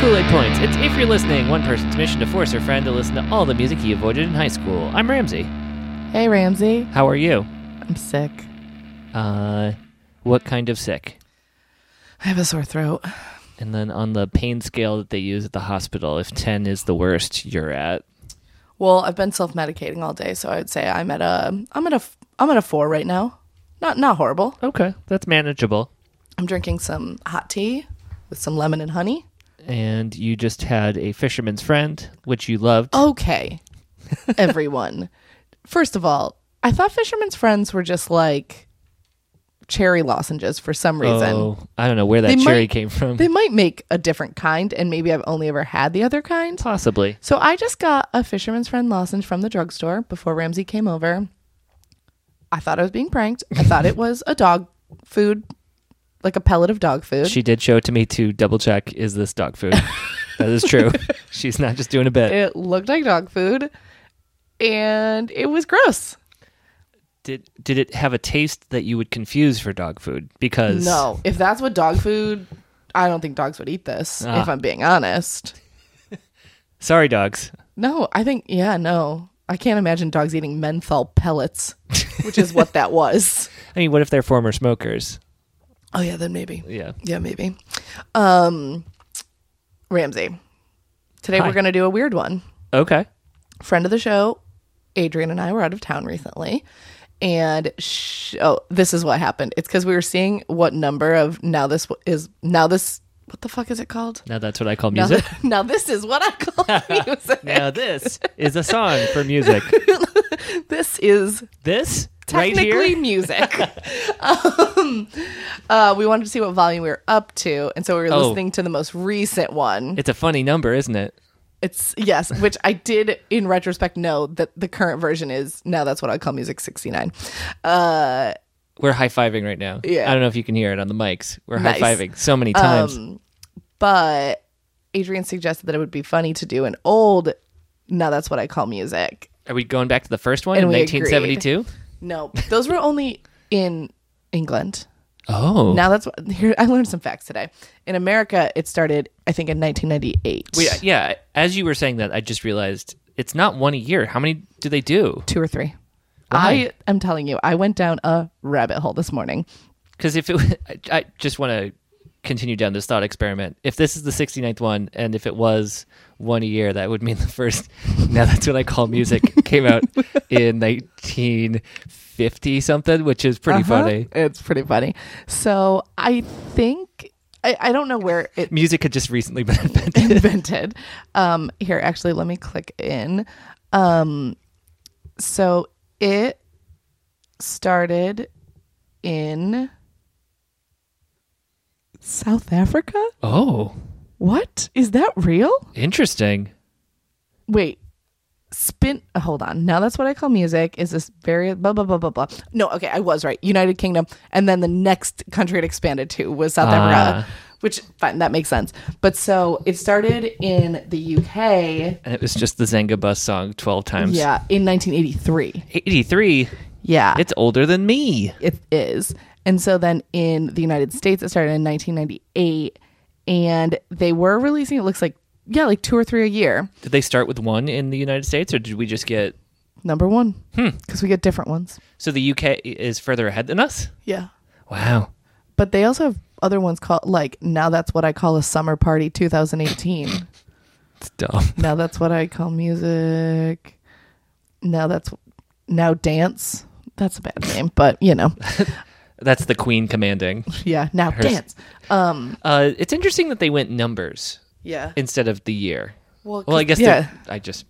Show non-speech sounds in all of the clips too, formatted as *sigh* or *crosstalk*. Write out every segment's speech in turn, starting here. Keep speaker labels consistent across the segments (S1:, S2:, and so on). S1: Bullet Points. It's if you're listening, one person's mission to force her friend to listen to all the music he avoided in high school. I'm Ramsey.
S2: Hey, Ramsey.
S1: How are you?
S2: I'm sick.
S1: Uh, what kind of sick?
S2: I have a sore throat.
S1: And then on the pain scale that they use at the hospital, if 10 is the worst you're at,
S2: Well, I've been self-medicating all day, so I would say I'm at a I'm at a I'm at a 4 right now. Not not horrible.
S1: okay, that's manageable.
S2: I'm drinking some hot tea with some lemon and honey.
S1: And you just had a fisherman's friend, which you loved.
S2: Oh, *laughs* Okay. Everyone. First of all, I thought fisherman's friends were just like cherry lozenges for some reason.
S1: Oh, I don't know where
S2: They
S1: that
S2: might-
S1: cherry came from.
S2: They might make a different kind and maybe I've only ever had the other
S1: *laughs*
S2: kind.
S1: Possibly.
S2: So I just got a Fisherman's Friend lozenge from the drugstore before Ramsey came over. I thought I was being pranked. I
S1: *laughs*
S2: thought it was a dog food, like a pellet of dog food.
S1: She did show it to me to double check is this dog
S2: *laughs*
S1: food? that is true. *laughs* She's not just doing a bit.
S2: it looked like dog food, and it was gross.
S1: Did did it have a taste that you would confuse for dog food? Because
S2: No, if that's what dog food, I don't think dogs would eat this.
S1: Ah.
S2: If I'm being honest,
S1: sorry dogs.
S2: no, I think yeah, no, I can't imagine dogs eating menthol pellets, which is what that
S1: *laughs*
S2: was.
S1: I mean, what if they're former smokers?
S2: Oh yeah, then maybe.
S1: Yeah.
S2: Yeah, maybe. Um, Ramsey. Today
S1: Hi.
S2: we're going to do a weird one.
S1: Okay.
S2: Friend of the show, Adrian and I were out of town recently. And sh- oh, this is what happened. It's because we were seeing what number of now this w- is now this what the fuck is it called?
S1: Now that's what I call
S2: Now,
S1: music.
S2: *laughs* now this is what I
S1: *laughs*
S2: call music.
S1: now this is a song for *laughs* music.
S2: This is
S1: This right
S2: technically
S1: here. *laughs*
S2: music. um, uh, we wanted to see what volume we were up to, and so we were
S1: Oh.
S2: listening to the most recent one.
S1: It's a funny number, isn't it?
S2: It's yes, which I did in retrospect know that the current version is now that's what I call music 69. Uh
S1: We're high fiving right now.
S2: Yeah.
S1: I don't know if you can hear it on the mics. We're
S2: Nice. Um,
S1: high fiving so many times.
S2: but Adrian suggested that it would be funny to do an old now that's what I call music.
S1: Are we going back to the first one
S2: And
S1: in
S2: we
S1: 1972?
S2: No, those were only in England.
S1: Oh.
S2: Now that's what here I learned some facts today. In America it started I think in 1998.
S1: Wait, yeah. As you were saying that, I just realized it's not one a year. How many do they do?
S2: two or three.
S1: Why?
S2: I am telling you, I went down a rabbit hole this morning.
S1: Because if it, w- I, I just want to continue down this thought experiment. If this is the 69th one, and if it was one a year, that would mean the first. *laughs* Now that's what I call music came
S2: *laughs*
S1: out in 1950 something, which is pretty
S2: Uh-huh.
S1: funny.
S2: It's pretty funny. So I think I, I don't know where it *laughs*
S1: Music had just recently *laughs* been invented.
S2: invented. Um, here, actually, let me click in. Um, so it started in South Africa.
S1: Oh,
S2: What is that real?
S1: interesting.
S2: Wait. Spin. uh, Hold on. Now that's what I call music. Is this very blah blah blah blah blah? No. Okay, I was right. United Kingdom, and then the next country it expanded to was South Africa, which fine that makes sense. But so it started in the UK.
S1: And it was just the Zenga Bus song 12 times.
S2: Yeah, in 1983.
S1: 83.
S2: Yeah,
S1: It's older than me.
S2: it is. And so then in the United States, it started in 1998, and they were releasing. It looks like yeah, like two or three a year.
S1: Did they start with one in the United States, or did we just get.
S2: Number one, because we get different ones.
S1: So the UK is further ahead than us?
S2: Yeah,
S1: Wow.
S2: but they also have other ones called like now that's what I call a summer party 2018.
S1: It's dumb.
S2: now that's what I call music. Now that's now dance. That's a bad name, but you *laughs* know,
S1: That's the queen commanding.
S2: yeah. Now
S1: Hers-
S2: dance. Um,
S1: Uh, it's interesting that they went numbers
S2: yeah.
S1: instead of the year.
S2: Well,
S1: Well, I guess
S2: yeah.
S1: yeah. I just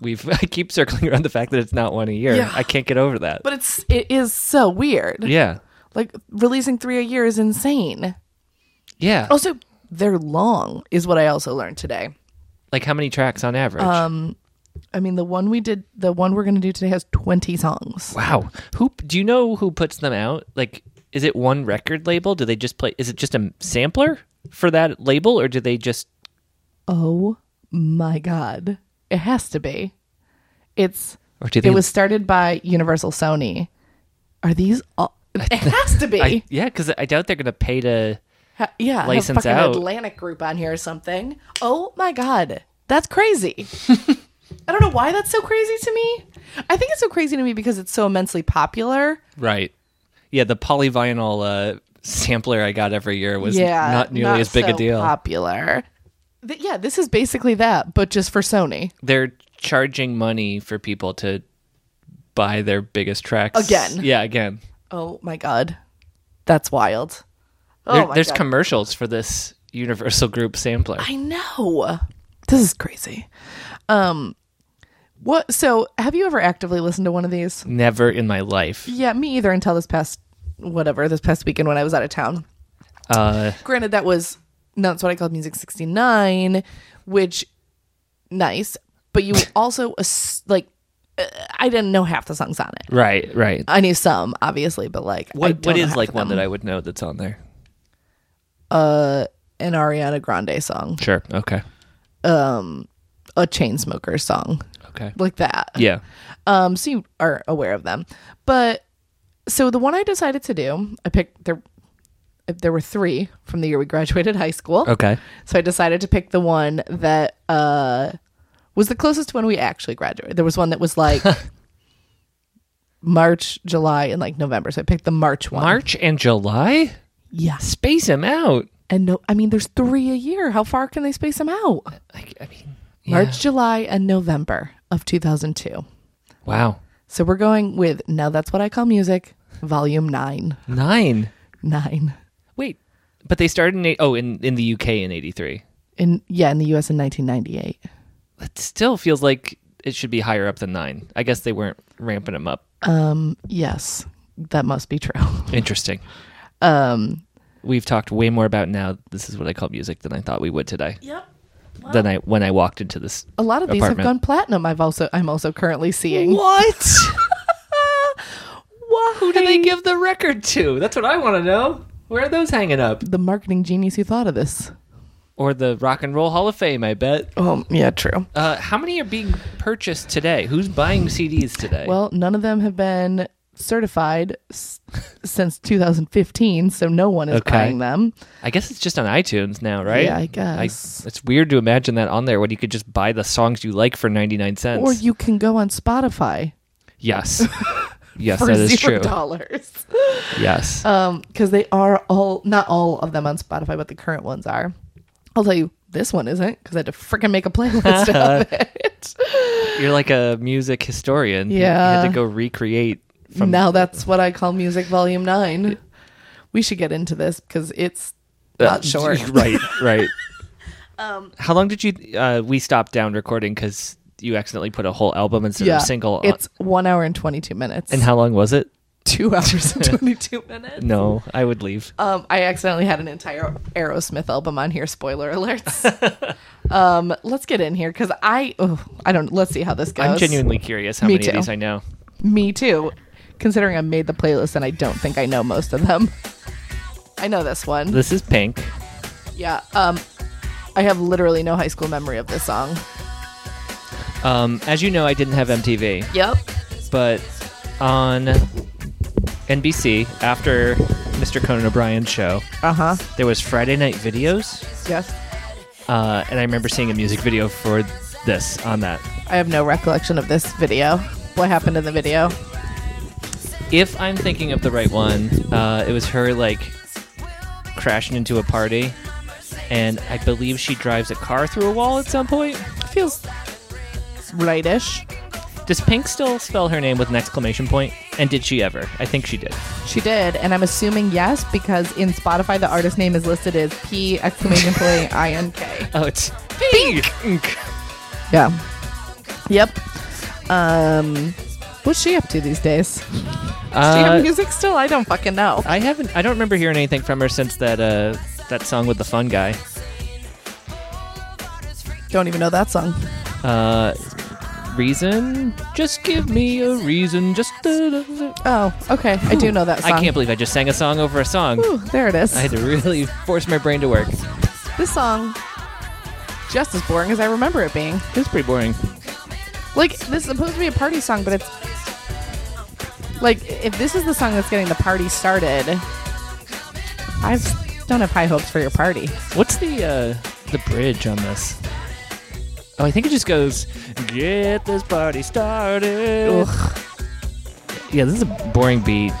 S1: we've *laughs* I keep circling around the fact that it's not one a year.
S2: Yeah.
S1: I can't get over that.
S2: But it's it is so weird.
S1: yeah,
S2: Like releasing three a year is insane.
S1: yeah.
S2: Also, they're long is what I also learned today.
S1: Like how many tracks on average?
S2: Um, I mean, the one we did, the one we're gonna do today has twenty songs.
S1: wow. Who do you know who puts them out? Like, is it one record label? Do they just play? Is it just a sampler for that label, or do they just?
S2: Oh my god, it has to be. It's
S1: Or do they?
S2: it was started by Universal Sony. Are these all? It has to be.
S1: *laughs* I, yeah, because I doubt they're going to pay to
S2: Ha- yeah,
S1: License
S2: have fucking
S1: out.
S2: Atlantic Group on here or something. Oh my god, that's
S1: *laughs*
S2: crazy. I don't know why that's so crazy to me. I think it's so crazy to me because it's so immensely popular.
S1: Right. Yeah, the polyvinyl uh, sampler I got every year was
S2: yeah,
S1: not nearly as big a
S2: so
S1: deal.
S2: Popular. Th- yeah, this is basically that, but just for Sony
S1: They're charging money for people to buy their biggest tracks
S2: Again.
S1: Yeah, again.
S2: Oh my god, that's wild. Oh
S1: There-
S2: my
S1: there's
S2: god,
S1: commercials for this Universal Group sampler.
S2: I know this is crazy. Um, what? So, have you ever actively listened to one of these?
S1: Never in my life.
S2: Yeah, me either. Until this past whatever, this past weekend when I was out of town.
S1: Uh,
S2: Granted, that was no, that's what I called music sixty nine, which nice, but *laughs* you also ass- like uh, I didn't know half the songs on it.
S1: right, right.
S2: I knew some, obviously, but like I
S1: What
S2: don't
S1: what
S2: know
S1: is
S2: half
S1: like
S2: of
S1: one
S2: them.
S1: that I would know that's on there?
S2: Uh, an Ariana Grande song,
S1: Sure. Okay.
S2: a Chainsmokers song,
S1: Okay.
S2: like that.
S1: Yeah.
S2: Um, so you are aware of them. But so the one I decided to do, I picked there. There were three from the year we graduated high school.
S1: Okay.
S2: So I decided to pick the one that uh, was the closest to when we actually graduated. There was one that was like March, July, and like November. So I picked the March one.
S1: March and July?
S2: Yes.
S1: Space them out.
S2: And no, I mean, there's three a year. How far can they space them out?
S1: I, I mean,
S2: March, July, and November of 2002.
S1: wow.
S2: So we're going with Now That's What I Call Music, Volume 9.
S1: Nine.
S2: 9.
S1: Wait, but they started in eight- oh in in the UK in '83.
S2: In, yeah, in the US in 1998.
S1: That still feels like it should be higher up than nine. I guess they weren't ramping them up.
S2: Yes, that must be true. *laughs*
S1: Interesting.
S2: Um,
S1: We've talked way more about now. This is what I call music than I thought we would today.
S2: yep.
S1: Than I when I walked into this.
S2: A lot of these
S1: Apartment.
S2: have gone platinum. I've also I'm also currently
S1: *laughs*
S2: seeing.
S1: What?
S2: Why?
S1: Who do they give the record to? That's what I want to know. Where are those hanging up?
S2: The marketing genius who thought of this.
S1: Or the Rock and Roll Hall of Fame? I bet.
S2: Oh, yeah, true.
S1: Uh, how many are being purchased today? Who's buying CDs today?
S2: Well, none of them have been certified s- since 2015, so no one is
S1: Okay.
S2: buying them.
S1: I guess it's just on iTunes now, right?
S2: Yeah, I guess.
S1: it's weird to imagine that on there when you could just buy the songs you like for 99 cents.
S2: Or you can go on Spotify *laughs*
S1: yes. yes,
S2: for
S1: that is
S2: zero
S1: true.
S2: dollars.
S1: Yes.
S2: Um, because they are all not all of them on Spotify, but the current ones are. I'll tell you, this one isn't because I had to freaking make a
S1: *laughs*
S2: playlist of it.
S1: You're like a music historian. You- You, had
S2: Yeah.
S1: to go recreate from
S2: now that's what I call music volume nine. We should get into this because it's
S1: Uh,
S2: not Um, short.
S1: *laughs* right,
S2: *laughs*
S1: right. How long did you uh, we stopped down recording cuz you accidentally put a whole album instead
S2: yeah,
S1: of a single on-
S2: It's one hour and twenty two minutes.
S1: and how long was it?
S2: *laughs* two
S1: *laughs*
S2: hours and twenty two minutes.
S1: No, I would leave.
S2: Um, I accidentally had an entire Aerosmith album on
S1: *laughs*
S2: here. Spoiler alerts. um, let's get in here because I, oh, I don't. Let's see how this goes.
S1: I'm genuinely curious how
S2: Uh, Me
S1: many
S2: too.
S1: of these I know.
S2: Me too. Considering I made the playlist and I don't think I know most of them. I know this one.
S1: This is Pink.
S2: Yeah. Um, I have literally no high school memory of this song.
S1: Um, as you know, I didn't have MTV.
S2: Yep.
S1: but on NBC after Mr. Conan O'Brien's show,
S2: Uh huh.
S1: there was Friday Night Videos,
S2: Yes.
S1: uh, and I remember seeing a music video for this on that.
S2: I have no recollection of this video. What happened in the video?
S1: If I'm thinking of the right one, uh, it was her like crashing into a party, and I believe she drives a car through a wall at some point.
S2: Feels rightish.
S1: Does Pink still spell her name with an exclamation point? And did she ever? I think she did.
S2: She did, and I'm assuming yes because in Spotify the artist name is listed as P exclamation point I N K.
S1: Oh, it's Pink.
S2: Yeah. Yep. Um, what's she up to these days? Does
S1: Uh,
S2: she have music still? I don't fucking know.
S1: I haven't. I don't remember hearing anything from her since that uh, that song with the fun guy.
S2: Don't even know that song.
S1: Uh, reason, just give me a reason. Just
S2: Oh, okay. I do know that song.
S1: I can't believe I just sang a song over a song.
S2: Ooh, there it is.
S1: I had to really force my brain to work.
S2: This song just as boring as I remember it being.
S1: It's pretty boring.
S2: Like this is supposed to be a party song, but it's like if this is the song that's getting the party started, I've Don't have high hopes for your party.
S1: What's the uh, the bridge on this? Oh, I think it just goes get this party started.
S2: Ugh,
S1: Yeah, this is a boring beat.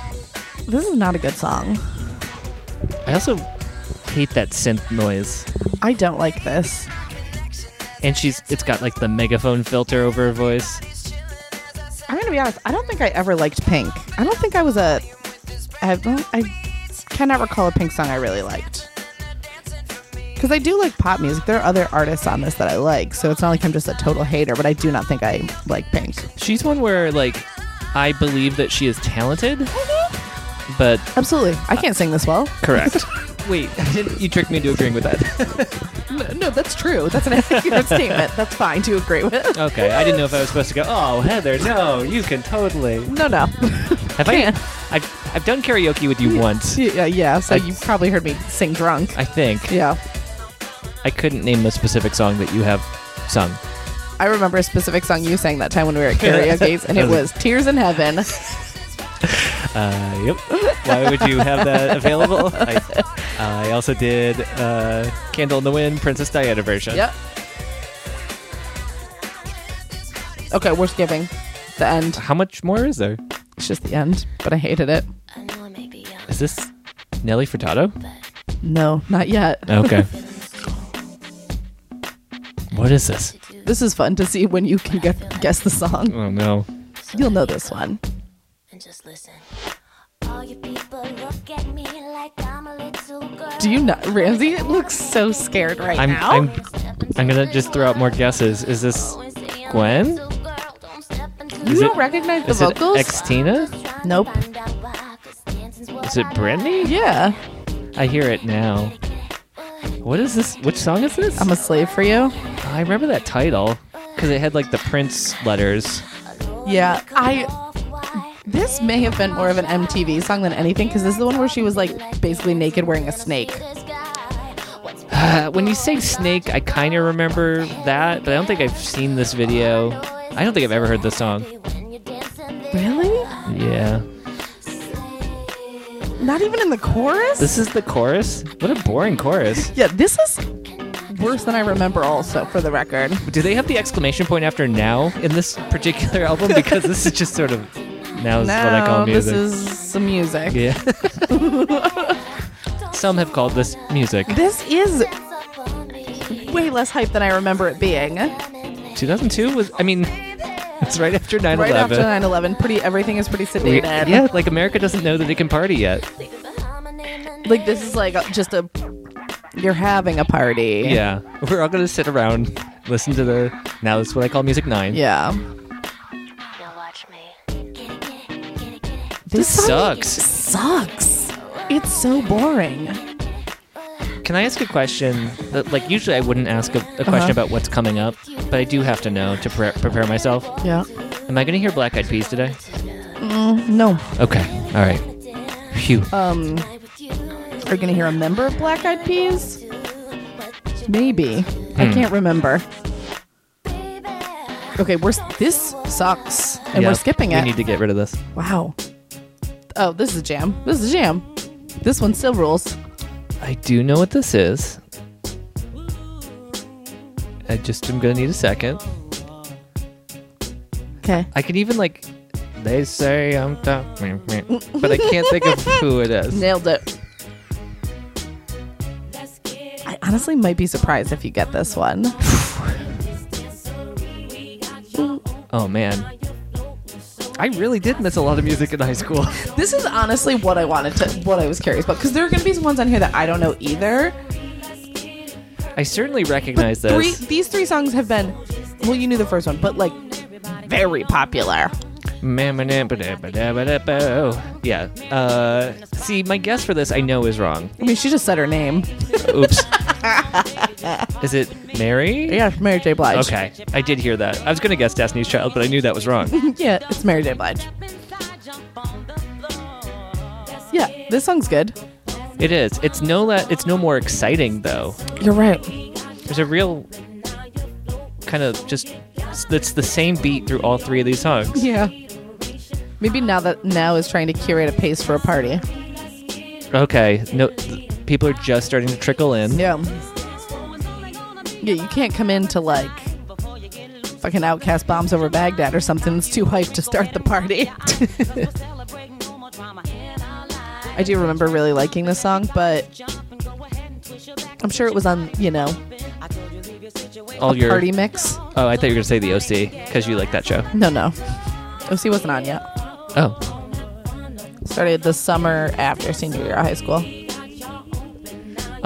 S2: this is not a good song.
S1: I also hate that synth noise.
S2: I don't like this.
S1: And she's it's got like the megaphone filter over her voice.
S2: I'm gonna be honest. I don't think I ever liked Pink. I don't think I was a. I, don't- I cannot recall a Pink song I really liked. Because I do like pop music. There are other artists on this that I like, so it's not like I'm just a total hater. But I do not think I like Pink.
S1: She's one where like I believe that she is talented,
S2: Mm-hmm.
S1: but
S2: Absolutely, I can't sing this well.
S1: correct. *laughs* Wait, you tricked me into agreeing with that.
S2: No, that's true. That's an *laughs* accurate statement. That's fine to agree with.
S1: *laughs* Okay, I didn't know if I was supposed to go. Oh, Heather, no, you can totally.
S2: No, no.
S1: Have
S2: Can.
S1: I? I've I've done karaoke with you once.
S2: *laughs* yeah, yeah. So
S1: I-
S2: you probably heard me sing drunk.
S1: I think
S2: Yeah.
S1: I couldn't name a specific song that you have sung.
S2: I remember a specific song you sang that time when we were at
S1: *laughs*
S2: karaoke's, and it was Tears in Heaven.
S1: Uh, yep. *laughs* Why would you have *laughs* that available? I, I *laughs* also did uh, Candle in the Wind, Princess Diana version.
S2: Yep. Okay, we're skipping the end.
S1: How much more is there?
S2: It's just the end, but I hated it.
S3: I know I may be young,
S1: Is this Nelly Furtado?
S2: No, not yet.
S1: Okay. *laughs* what is this?
S2: This is fun to see when you can get, guess the song.
S1: Oh no.
S3: so
S2: You'll know
S3: let me
S2: this
S3: go
S2: one.
S3: And just listen. All you people look at me like I'm a little girl.
S2: Do you not? Ramsey looks so scared right
S1: I'm
S2: now.
S1: I'm I'm gonna just throw out more guesses. Is this Gwen?
S2: you
S1: is
S2: don't
S1: it-
S2: recognize the
S1: is
S2: vocals?
S1: it Xtina?
S2: Nope.
S1: Is it Britney?
S2: yeah.
S1: I hear it now. What is this? Which song is this?
S2: I'm a slave for you.
S1: I remember that title because it had like the Prince letters. *sighs*
S2: Yeah. I. This may have been more of an MTV song than anything because this is the one where she was like basically naked wearing a snake. *sighs*
S1: Uh, when you say snake, I kind of remember that, but I don't think I've seen this video. I don't think I've ever heard this song.
S2: Really?
S1: Yeah.
S2: Not even in the chorus?
S1: This is the chorus? What a boring chorus.
S2: yeah, this is worse than I remember, also, for the record.
S1: Do they have the exclamation point after now in this particular *laughs* album? Because this is just sort of now is what I
S2: No,
S1: call
S2: this
S1: music.
S2: is some music.
S1: Yeah. Some have called this music.
S2: This is way less hype than I remember it being.
S1: 2002 was, I mean, it's right after 9
S2: Right after
S1: 11.
S2: 9 11, pretty, everything is pretty sedated.
S1: yeah, like America doesn't know that it can party yet.
S2: Like, this is like just a. You're having a party.
S1: Yeah. We're all going to sit around, listen to the, now that's what I call Music 9.
S2: Yeah.
S3: Now watch me. Get it, get it, get it, get it.
S1: This
S2: song
S1: sucks.
S2: Sucks. It's so boring.
S1: Can I ask a question? That, like, usually I wouldn't ask a, a question
S2: Uh-huh.
S1: about what's coming up, but I do have to know to pre- prepare myself.
S2: Yeah.
S1: Am I going to hear Black Eyed Peas today?
S2: No.
S1: Okay. All
S2: *laughs*
S1: right. Phew.
S2: Um, are you gonna hear a member of Black Eyed Peas? Maybe. I
S1: Hmm.
S2: can't remember. Okay, we're s- this sucks, and we're
S1: Yep.
S2: skipping it.
S1: We need to get rid of this.
S2: wow. Oh, this is a jam. This is a jam. This one still rules.
S1: I do know what this is. I just am going to need a second.
S2: Okay.
S1: I can even, like, they say I'm top, but I can't think of who it
S2: *laughs*
S1: is.
S2: Nailed it. I honestly might be surprised if you get this one. *laughs*
S1: Oh, man. I really did miss a lot of music in high school.
S2: This is honestly what I wanted to, what I was curious about, because there are gonna be some ones on here that I don't know either.
S1: *laughs* I certainly recognize this.
S2: Three, these three songs have been, well, you knew the first one, but like very popular.
S1: Mamma-dabba-dabba-dabba-dabba-oh. oh. Yeah. Uh, see, my guess for this I know is wrong.
S2: I mean, she just said her name. *laughs*
S1: Oops. is it Mary?
S2: Yeah, Mary J. Blige.
S1: Okay. I did hear that. I was going to guess Destiny's Child, but I knew that was
S2: *laughs*
S1: wrong.
S2: *laughs* Yeah, it's Mary J. Blige. Yeah, this song's good.
S1: it is. It's no le- it's no more exciting though.
S2: You're right.
S1: There's a real kind of just it's the same beat through all three of these songs.
S2: Yeah. Maybe now that now is trying to curate a pace for a party.
S1: Okay. No th- people are just starting to trickle in.
S2: Yeah. Yeah, you can't come in to like fucking outcast bombs over Baghdad or something. It's too hype to start the party. *laughs* I do remember really liking this song, but I'm sure it was on, you know,
S1: All your
S2: party mix.
S1: oh, I thought you were gonna say the OC because you like that show.
S2: No, no. OC wasn't on yet.
S1: Oh,
S2: Started the summer after senior year of high school.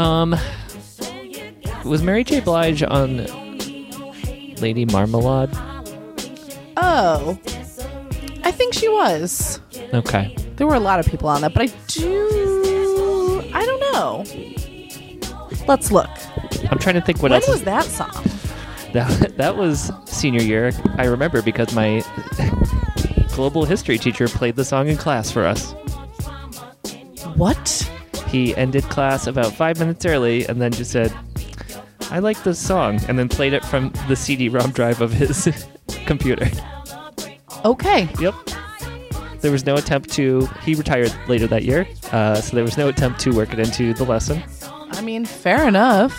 S1: um, was Mary J. Blige on Lady Marmalade?
S2: Oh. I think she was.
S1: Okay,
S2: There were a lot of people on that, but I do. I don't know. Let's look.
S1: I'm trying to think what
S2: When
S1: else.
S2: was
S1: is-
S2: that song?
S1: *laughs* that that was senior year. I remember because my *laughs* global history teacher played the song in class for us.
S2: What?
S1: He ended class about five minutes early and then just said, "I like this song," and then played it from the CD-ROM drive of his *laughs* computer.
S2: Okay.
S1: Yep. There was no attempt to. He retired later that year, uh, so there was no attempt to work it into the lesson.
S2: I mean, fair enough.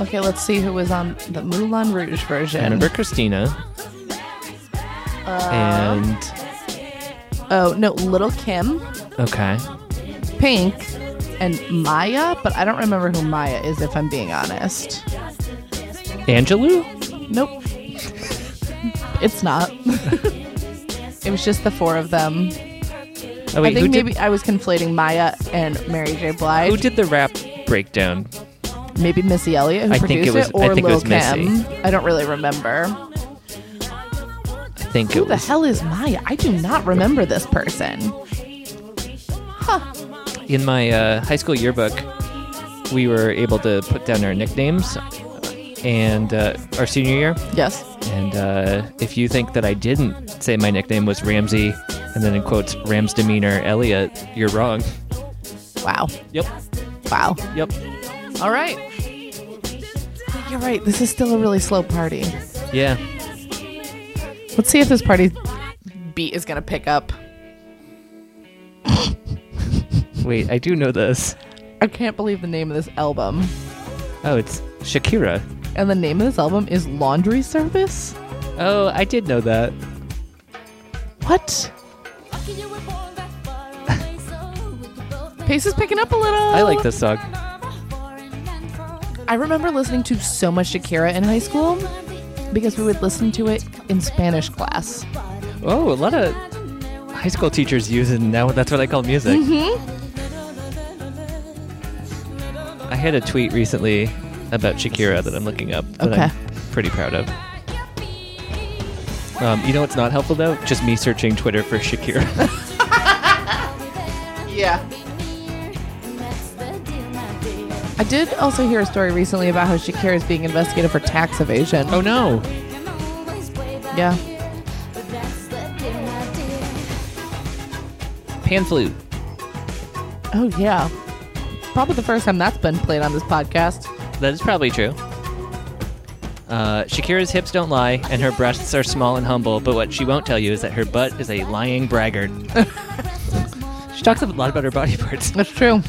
S2: Okay, let's see who was on the Moulin Rouge version.
S1: I remember Christina.
S2: Uh,
S1: and
S2: Oh, no, Little Kim,
S1: okay,
S2: Pink, and Maya, but I don't remember who Maya is if I'm being honest.
S1: Angelou. Oh,
S2: Nope. *laughs* it's not. *laughs* it was just the four of them.
S1: Oh
S2: I think
S1: who
S2: maybe
S1: did,
S2: I was conflating Maya and Mary J. Blige.
S1: who did the rap breakdown?
S2: maybe Missy Elliott who
S1: I think
S2: produced
S1: it was-
S2: or
S1: I think it
S2: Lil
S1: was Missy.
S2: Kim. I don't really remember.
S1: I think
S2: Who
S1: it
S2: the
S1: was.
S2: hell is Maya? I do not remember this person.
S1: In my uh, high school yearbook, we were able to put down our nicknames, uh, and uh, our senior year.
S2: Yes.
S1: And uh, if you think that I didn't say my nickname was Ramsey, and then in quotes Ram's demeanor, Elliot, you're wrong.
S2: Wow.
S1: Yep.
S2: Wow.
S1: Yep.
S2: All right. You're right. This is still a really slow party.
S1: Yeah.
S2: Let's see if this party beat is gonna pick up.
S1: Wait, I do know this.
S2: I can't believe the name of this album.
S1: Oh, it's Shakira.
S2: And the name of this album is Laundry Service?
S1: Oh, I did know that.
S2: What? Pace is picking up a little.
S1: I like this song.
S2: I remember listening to so much Shakira in high school because we would listen to it in Spanish class.
S1: Oh, a lot of high school teachers use it now. That's what I call music. I had a tweet recently about Shakira that I'm looking up. That
S2: Okay.
S1: I'm pretty proud of. Um, you know what's not helpful though? Just me searching Twitter for Shakira.
S2: Yeah. I did also hear a story recently about how Shakira is being investigated for tax evasion.
S1: *laughs* oh no.
S2: Yeah.
S1: Pan flute.
S2: Oh, yeah. Probably the first time that's been played on this podcast.
S1: That is probably true. Uh, Shakira's hips don't lie, and her breasts are small and humble, but what she won't tell you is that her butt is a lying *laughs* braggart. she talks a lot about her body parts.
S2: That's true.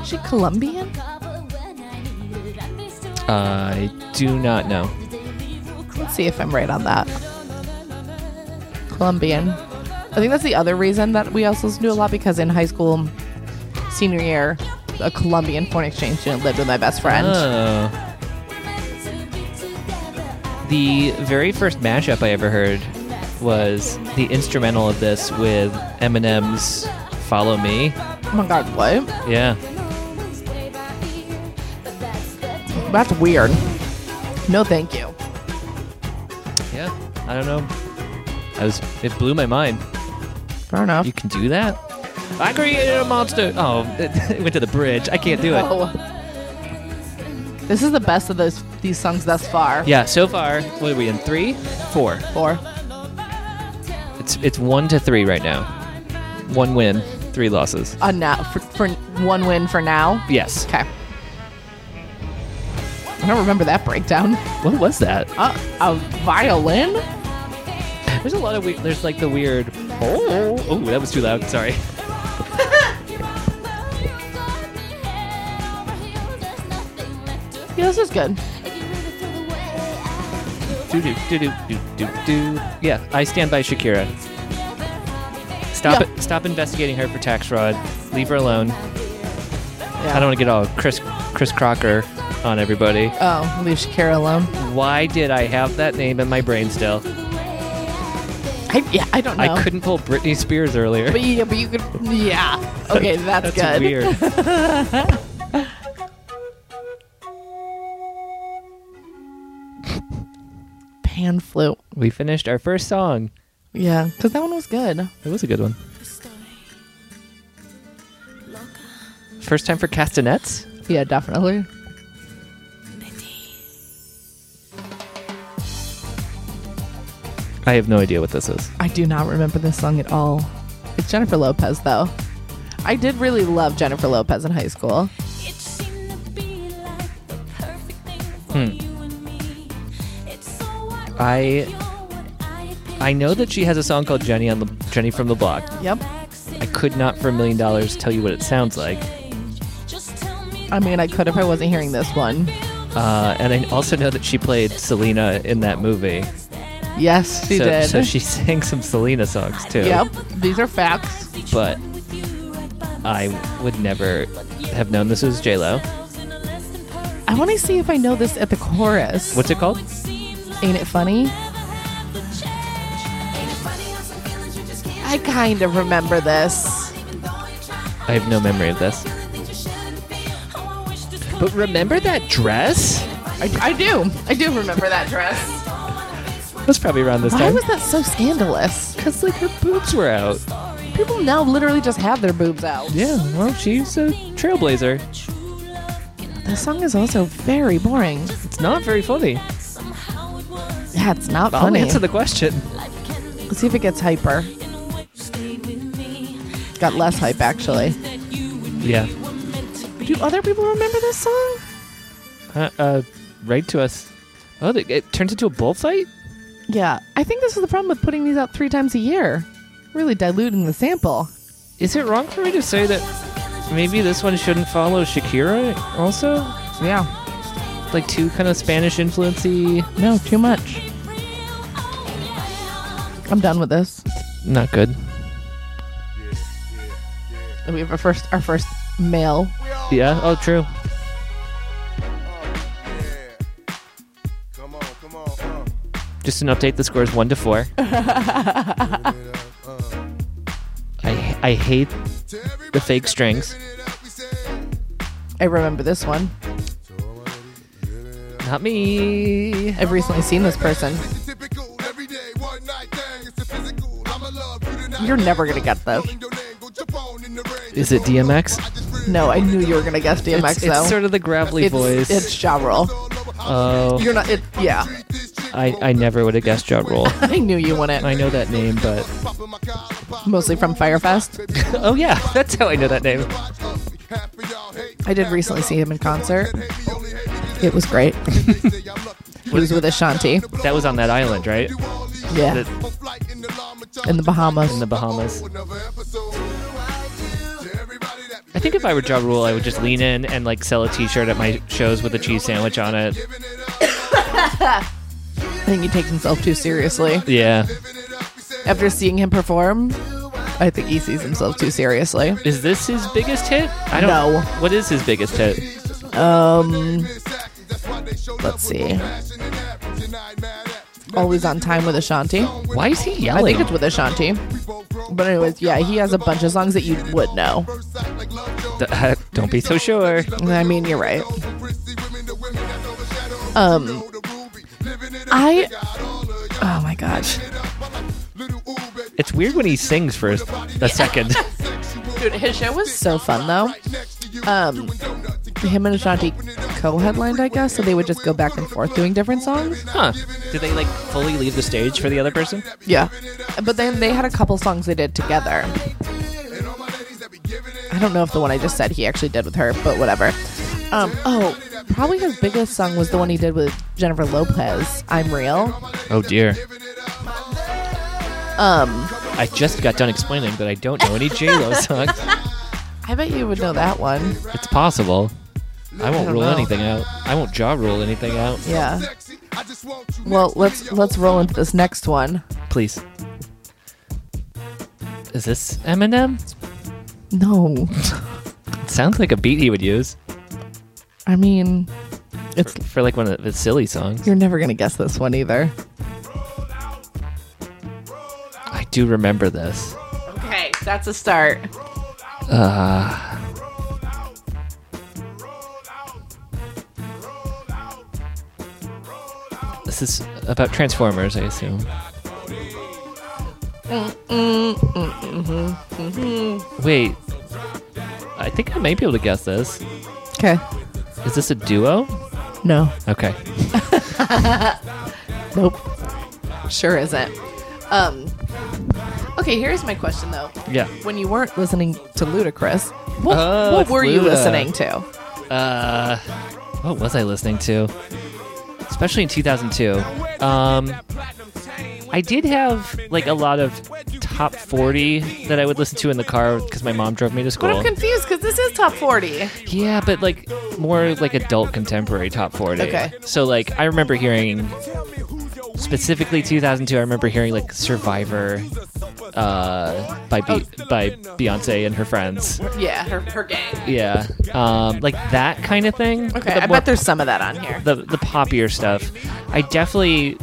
S2: Is she Colombian?
S1: I do not know.
S2: Let's see if I'm right on that. Colombian. I think that's the other reason that we also listened to a lot because in high school, senior year, a Colombian foreign exchange student lived with my best friend.
S1: Oh. The very first mashup I ever heard was the instrumental of this with Eminem's Follow Me.
S2: Oh my god, what?
S1: Yeah.
S2: That's weird. No, thank you.
S1: Yeah. I don't know. I was it blew my mind.
S2: Fair enough.
S1: You can do that? I created a monster. Oh, *laughs* it, went to the bridge. I can't do it.
S2: Oh. This is the best of those these songs thus far.
S1: Yeah, so far, what are we in? Three? Four.
S2: Four.
S1: It's it's one to three right now. One win, three losses.
S2: Uh, now for, for one win for now.
S1: Yes.
S2: Okay. I don't remember that breakdown.
S1: What was that?
S2: Uh, a violin?
S1: There's a lot of weird. There's like the weird. Oh, oh, that was too loud. *laughs* Sorry.
S2: Yeah, this is good.
S1: Do do do do do do do. Yeah, I stand by Shakira. Stop
S2: Yeah.
S1: it! Stop investigating her for tax fraud. Leave her alone.
S2: Yeah.
S1: I don't want to get all Chris Chris Crocker on everybody.
S2: Oh, leave Shakira alone.
S1: Why did I have that name in my brain still?
S2: I, yeah, I don't know.
S1: I couldn't pull Britney Spears earlier.
S2: But yeah, but you could. Yeah.
S1: *laughs*
S2: Okay, that's,
S1: That's
S2: good.
S1: weird.
S2: Pan flute.
S1: we finished our first song.
S2: Yeah, because that one was good.
S1: It was a good one. First time for castanets.
S2: Yeah, definitely.
S1: I have no idea what this is.
S2: I do not remember this song at all. It's Jennifer Lopez though. I did really love Jennifer Lopez in high school.
S1: Hmm. I- I know that she has a song called Jenny on the Jenny from the Block.
S2: Yep.
S1: I could not for a million dollars tell you what it sounds like.
S2: I mean, I could if I wasn't hearing this one.
S1: Uh, and I also know that she played Selena in that movie.
S2: Yes, she
S1: so,
S2: did.
S1: so she *laughs* sang some Selena songs too.
S2: Yep. These are facts.
S1: But I would never have known this was J Lo.
S2: I want to see if I know this at the chorus.
S1: What's it called?
S2: Ain't it funny? I kind of remember this.
S1: I have no memory of this. But remember that dress?
S2: I, I do. I do remember that dress.
S1: That's probably around this
S2: Why
S1: time.
S2: was that so scandalous?
S1: Because like her boobs were out.
S2: People now literally just have their boobs out.
S1: Yeah. Well, she's a trailblazer.
S2: This song is also very boring.
S1: It's not very funny.
S2: Yeah, it's not
S1: I'll
S2: funny.
S1: answer the question.
S2: Let's see if it gets hyper. Got less hype actually.
S1: Yeah.
S2: Do other people remember this song?
S1: Uh, uh, write to us. Oh, they- it turns into a bullfight.
S2: Yeah, I think this is the problem with putting these out three times a year. Really diluting the sample.
S1: Is it wrong for me to say that maybe this one shouldn't follow Shakira? Also,
S2: Yeah.
S1: like two kind of Spanish influency.
S2: No, too much. I'm done with this.
S1: Not good.
S2: We have our first our first male.
S1: Yeah. Oh, true.
S4: Come on, come on,
S1: Just an update. The score is one to four.
S4: uh, give it up, uh.
S1: I I hate
S4: To everybody
S1: the fake
S4: that's
S1: strings.
S4: living it up, we say.
S2: I remember this one.
S4: So I'm already living it up.
S1: Not me.
S2: I've recently seen this person.
S4: It's a typical everyday one night thing. It's a physical. I'ma love you tonight.
S2: You're never gonna get this.
S4: Calling your name, go jump on in the rain.
S1: Is it DMX?
S4: I just really
S2: No, I
S4: wanna
S2: knew you
S4: know.
S2: were gonna guess DMX
S1: It's,
S2: though.
S1: it's sort of the gravelly
S2: it's,
S1: voice.
S2: It's Ja Rule.
S4: All over how
S1: oh,
S2: You're not. It, yeah.
S4: treat this chick.
S1: I I never would have guessed Ja
S2: *laughs*
S1: Rule.
S2: I knew you wouldn't.
S1: I know that name, but
S4: Popping my collar, pop,
S2: Mostly from Firefest.
S1: oh yeah, *laughs* that's how I know that name.
S4: watch us. Half of y'all hate me.
S2: *laughs* I did recently see him in concert.
S4: Hate me, only hate me 'cause
S2: It was great.
S4: they say I'm
S2: He
S4: lucky.
S2: was *laughs* with Ashanti.
S1: That was on that island, right?
S4: Do all these
S2: Yeah.
S1: That-
S4: on flight in the llama
S2: In the Bahamas.
S1: in the Bahamas.
S4: Another episode. To everybody that be
S1: I think if I were Ja Rule, I would just lean in and like sell a T-shirt at my shows with a cheese sandwich on it.
S4: giving it up,
S2: I think he takes himself too seriously.
S1: Yeah.
S4: giving it up, we say
S2: After seeing him perform, I think he sees himself too seriously.
S1: Is this his biggest hit? I don't
S2: No.
S1: What is his biggest hit?
S2: Um,
S4: Miss Sackey, that's why they showed
S2: let's
S4: up with
S2: see.
S4: passion and average, and I ain't mad at it.
S2: always on time with Ashanti.
S1: Why is he
S2: I
S1: yelling?
S2: think it's with Ashanti.
S4: We both grown.
S2: But anyways, yeah, he has a bunch of songs that you would know.
S4: First sight like love, Joe.
S1: *laughs* don't be so sure.
S2: I mean, you're right.
S4: From prissy women to women that's overshadowed.
S2: Um,
S4: Know the ruby, living it up,
S2: I-
S4: got all of y'all
S2: Oh my gosh,
S4: it up. I like little ooh, baby.
S1: It's weird when he sings for a, a second.
S2: *laughs* dude, his show was so fun though. Um, him and Ashanti co-headlined, I guess, so they would just go back and forth doing different songs.
S1: Huh. Do they like fully leave the stage for the other person?
S2: Yeah, but then they had a couple songs they did together. I don't know if the one I just said he actually did with her, but whatever. Um, oh, probably his biggest song was the one he did with Jennifer Lopez, "I'm Real."
S1: Oh dear.
S2: Um,
S1: I just got done explaining that I don't know any J Lo songs.
S2: I bet you would know that one.
S1: It's possible. I won't
S2: don't
S1: rule
S2: know.
S1: anything out. I won't jaw rule anything out.
S2: Yeah.
S4: Sexy, I just want you
S2: Well,
S4: next to me,
S2: let's
S4: yo.
S2: let's roll into this next one.
S1: Please. Is this Eminem?
S2: No,
S1: It sounds like a beat he would use
S2: I mean, it's
S1: for like one of his silly songs.
S2: you're never gonna guess this one either.
S1: I do remember this.
S2: Okay, that's a start.
S1: This is about Transformers, I assume. Wait. I think I might be able to guess this.
S2: Okay,
S1: Is this a duo?
S2: no,
S1: Okay.
S2: nope, sure isn't. Um, okay, here's my question though.
S1: Yeah.
S2: When you weren't listening to Ludacris, what,
S1: Oh,
S2: what
S1: it's
S2: were you
S1: Luda.
S2: listening to?
S1: Uh, what was I listening to? Especially in 2002. Um, I did have like a lot of top 40 that I would listen to in the car because my mom drove me to
S2: But I'm
S1: school.
S2: confused because this is top forty.
S1: Yeah, but like more like adult contemporary top 40.
S2: Okay.
S1: So like I remember hearing specifically 2002 I remember hearing like Survivor uh by Be-
S2: Oh.
S1: by Beyonce and her friends.
S2: Yeah, her, her gang.
S1: Yeah. Um like that kind of thing.
S2: Okay,
S1: The
S2: I
S1: more-
S2: bet there's some of that on here.
S1: the the poppier stuff. I definitely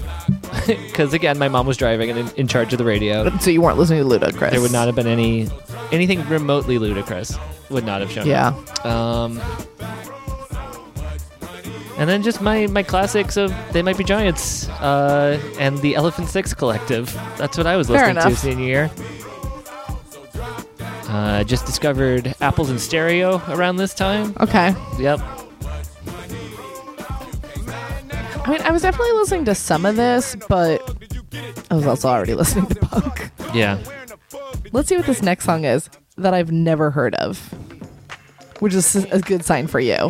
S1: *laughs* because again, my mom was driving and in, in charge of the radio.
S2: So you weren't listening to Ludacris.
S1: There would not have been any anything remotely ludicrous. Would not have shown.
S2: Yeah.
S1: up. Um. And then just my my classics of They Might Be Giants uh, and the Elephant Six Collective. That's what I was
S2: Fair
S1: listening to
S2: enough.
S1: senior year. Uh, just discovered Apples in Stereo around this time.
S2: Okay.
S1: Yep.
S2: I mean, I was definitely listening to some of this, but I was also already listening to punk.
S1: Yeah.
S2: Let's see what this next song is that I've never heard of, which is a good sign for you.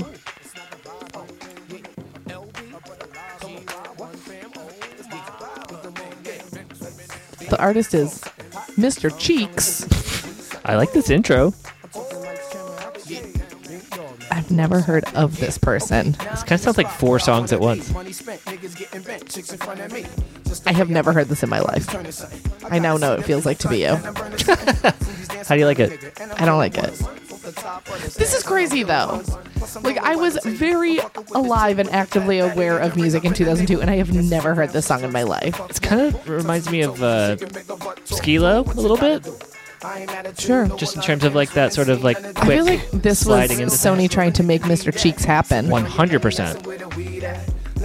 S2: The artist is Mr. Cheeks.
S1: I like this intro.
S2: I've never heard of this person.
S1: This kind of sounds like four songs at once.
S2: I have never heard this in my life. I now know it feels like to be you.
S1: *laughs* How do you like it?
S2: I don't like it. This is crazy though. Like I was very alive and actively aware of music in 2002, and I have never heard this song in my life.
S1: It's kind of reminds me of uh, Skilo a little bit,
S2: Sure.
S1: just in terms of like that sort of like quick.
S2: I feel like this was
S1: sliding into
S2: Sony trying to make Mr. Cheeks happen.
S1: One hundred percent.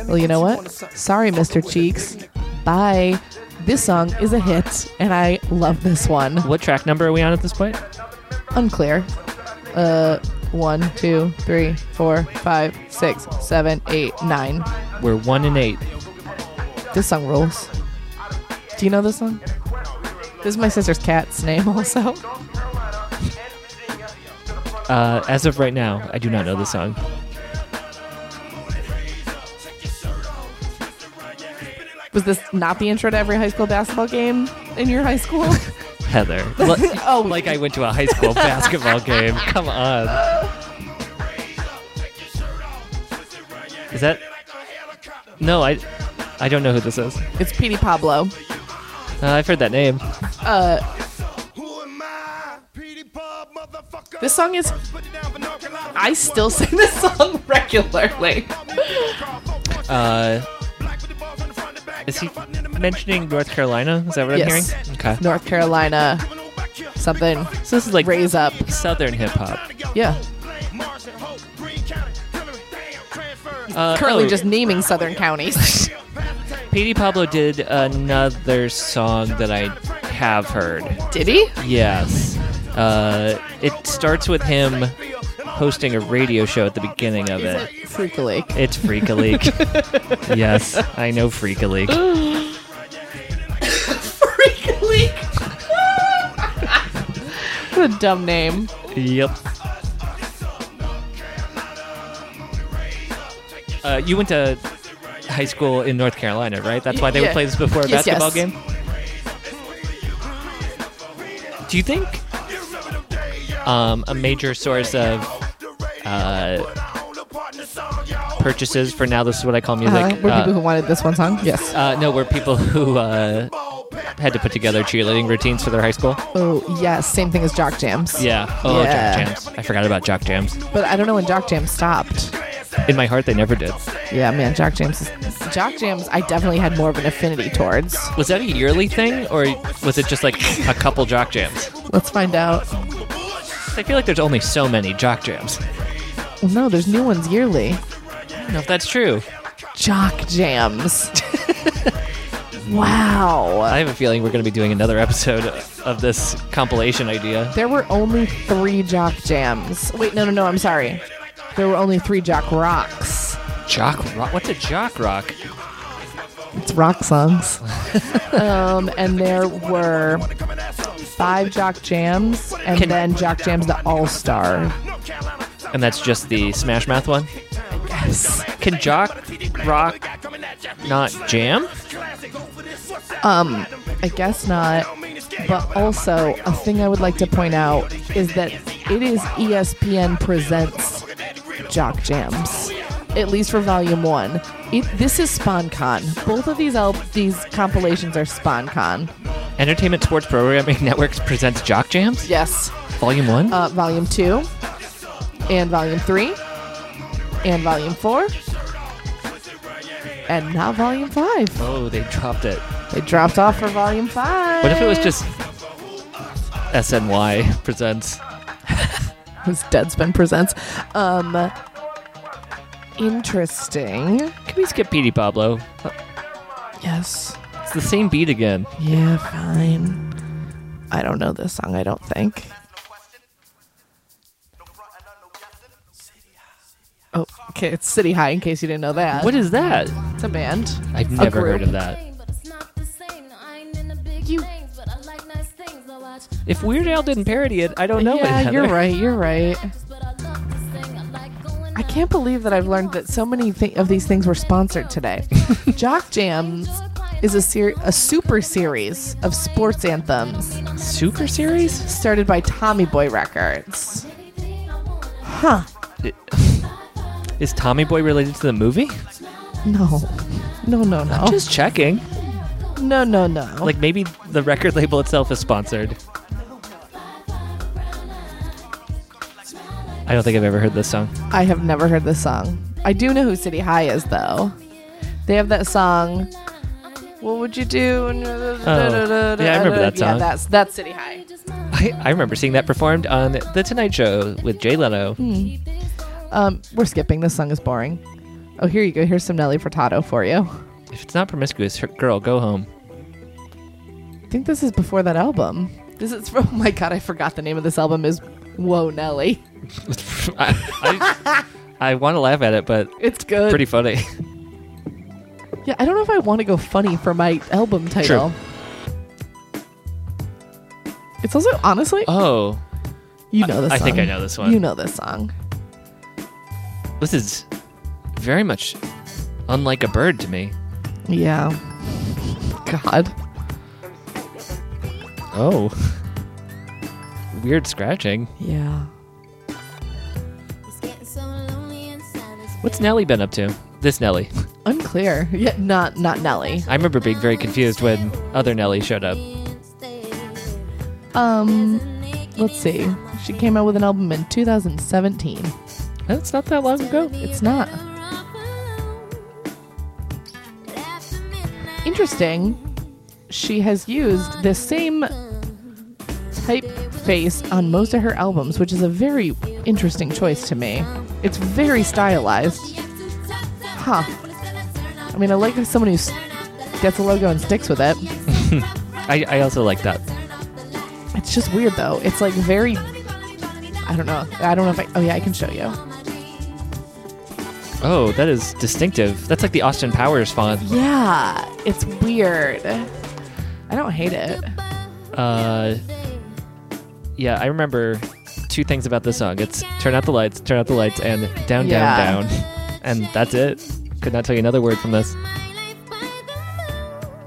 S2: Well, you know what? Sorry, Mr. Cheeks. Bye. This song is a hit, and I love this one.
S1: What track number are we on at this point?
S2: Unclear. Uh, one, two, three, four, five, six, seven, eight, nine.
S1: We're one and eight.
S2: This song rules. Do you know this song? This is my sister's cat's name, also.
S1: Uh, as of right now, I do not know the song.
S2: Was this not the intro to every high school basketball game in your high school? *laughs*
S1: Heather. Li-
S2: oh,
S1: like I went to a high school basketball
S2: *laughs*
S1: game. Come on. Is that? No, I. I don't know who this is.
S2: it's Petey Pablo.
S1: Uh, I've heard that name.
S4: Who am I? Petey Bob, motherfucker.
S2: This song is.
S4: Put it down, but no, can
S1: *laughs*
S4: I-
S2: I still sing this song regularly.
S1: Uh,
S4: Black with the balls on the front and back.
S1: Is he
S4: Got button in the middle.
S1: mentioning North Carolina? Is that what
S2: Yes.
S1: I'm hearing? Okay.
S2: North Carolina, something.
S1: So this is like
S2: Raise up.
S1: Southern hip hop.
S2: Yeah.
S1: Uh,
S2: Currently
S1: oh,
S2: just naming Southern counties. *laughs*
S1: Petey Pablo did another song that I have heard.
S2: Did he?
S1: Yes. Uh, it starts with him hosting a radio show at the beginning of it.
S2: Freak a leak.
S1: It's Freak a
S2: *laughs*
S1: Leak. yes, I know Freak a Leak.
S2: Freak a leak. *laughs* what a dumb name.
S1: Yep. Uh, you went to high school in North Carolina, right? That's why they
S2: Yeah.
S1: would play this before a
S2: Yes,
S1: basketball
S2: yes.
S1: game? Do you think um, a major source of uh, purchases for now? This is what I call music.
S2: Uh, were
S1: uh,
S2: people who wanted this one song? Yes.
S1: uh, no, were people who uh, had to put together cheerleading routines for their high school.
S2: Oh, yes. Same thing as Jock Jams.
S1: Yeah. Oh,
S2: Yeah.
S1: Jock Jams. I forgot about Jock Jams.
S2: But I don't know when Jock Jams stopped.
S1: In my heart, they never did.
S2: Yeah, man, Jock Jams. Is, Jock Jams, I definitely had more of an affinity towards.
S1: Was that a yearly thing, or was it just like a couple Jock Jams?
S2: Let's find out.
S1: 'Cause I feel like there's only so many Jock Jams.
S2: Well, no, there's new ones yearly.
S1: I don't know if that's true.
S2: Jock Jams. *laughs* wow.
S1: I have a feeling we're going to be doing another episode of this compilation idea.
S2: There were only three Jock Jams. Wait, no, no, no, I'm sorry. There were only three Jock Rocks.
S1: Jock rock? What's a jock rock?
S2: It's rock songs. *laughs* um, and there were five Jock Jams and
S1: Can-
S2: then Jock Jams the All Star.
S1: And that's just the Smash Mouth one.
S2: Yes.
S1: Can jock rock not jam?
S2: Um, I guess not. But also, a thing I would like to point out is that it is E ESPN presents Jock Jams, at least for Volume One. It, this is SponCon. Both of these al- these compilations are SponCon.
S1: Entertainment Sports Programming *laughs* Networks presents Jock Jams,
S2: Yes,
S1: Volume One.
S2: uh, Volume Two, and Volume Three, and Volume Four, and now Volume Five.
S1: oh, they dropped it.
S2: They dropped off for Volume Five.
S1: What if it was just SNY presents?
S2: His Deadspin presents. Um, interesting.
S1: Can we skip Petey Pablo?
S2: Yes.
S1: It's the same beat again.
S2: Yeah, fine. I don't know this song, I don't think. Oh, okay. It's City High, in case you didn't know that.
S1: What is that?
S2: it's a band.
S1: I've never
S2: group.
S1: heard of that.
S2: You-
S1: If Weird Al didn't parody it, I don't know it.
S2: yeah,
S1: Heather. *laughs*
S2: you're right. You're right. I
S3: I
S2: can't believe that I've learned that so many thi- of these things were sponsored *laughs* today. Jock Jams is a, ser- a super series of sports anthems
S1: Super series?
S2: started by Tommy Boy Records. Huh.
S1: Is Tommy Boy related to the movie?
S2: No. No, no, no.
S1: Just checking.
S2: no, no, no.
S1: Like maybe the record label itself is sponsored. I don't think I've ever heard this song. *laughs*
S2: I have never heard this song. I do know who City High is, though. They have that song. What would you do?
S1: yeah, I remember that
S2: Yeah,
S1: song.
S2: that's that's City High.
S1: I, I remember seeing that performed on The Tonight Show with Jay Leno.
S2: Hmm. Um, we're skipping. This song is boring. Oh, here you go. Here's some Nelly Furtado for you.
S1: If it's not promiscuous, her, girl, go home. *laughs*
S2: I think this is before that album. This is *laughs* from. Oh my god, I forgot the name of this album. Is Whoa Nelly?
S1: I, I, I want to laugh at it, but
S2: It's good.
S1: pretty funny. *laughs*
S2: Yeah, I don't know if I want to go funny for my album title. It's also honestly,
S1: Oh,
S2: you know this.
S1: I
S2: song.
S1: think I know this one.
S2: You know this song.
S1: this is very much unlike a bird to me.
S2: Yeah. *laughs* God.
S1: Oh, *laughs* weird scratching.
S2: Yeah.
S1: What's Nelly been up to? This Nelly.
S2: Unclear. Yeah, not not Nelly.
S1: I remember being very confused when other Nelly showed up.
S2: Um, let's see. She came out with an album in 2017.
S1: That's not that long ago.
S2: It's not interesting. She has used the same typeface on most of her albums, which is a very interesting choice to me. It's very stylized. Huh. I mean, I like someone who s- gets a logo and sticks with it.
S1: *laughs* I, I also like that.
S2: It's just weird though. It's like very. I don't know. I don't know if I. Oh yeah, I can show you.
S1: Oh, that is distinctive. That's like the Austin Powers font.
S2: Yeah, it's weird. I don't hate it.
S1: Uh, yeah, I remember two things about this song. It's turn out the lights, turn out the lights, and down, down,
S2: Yeah.
S1: down, and that's it. Could not tell you another word from this.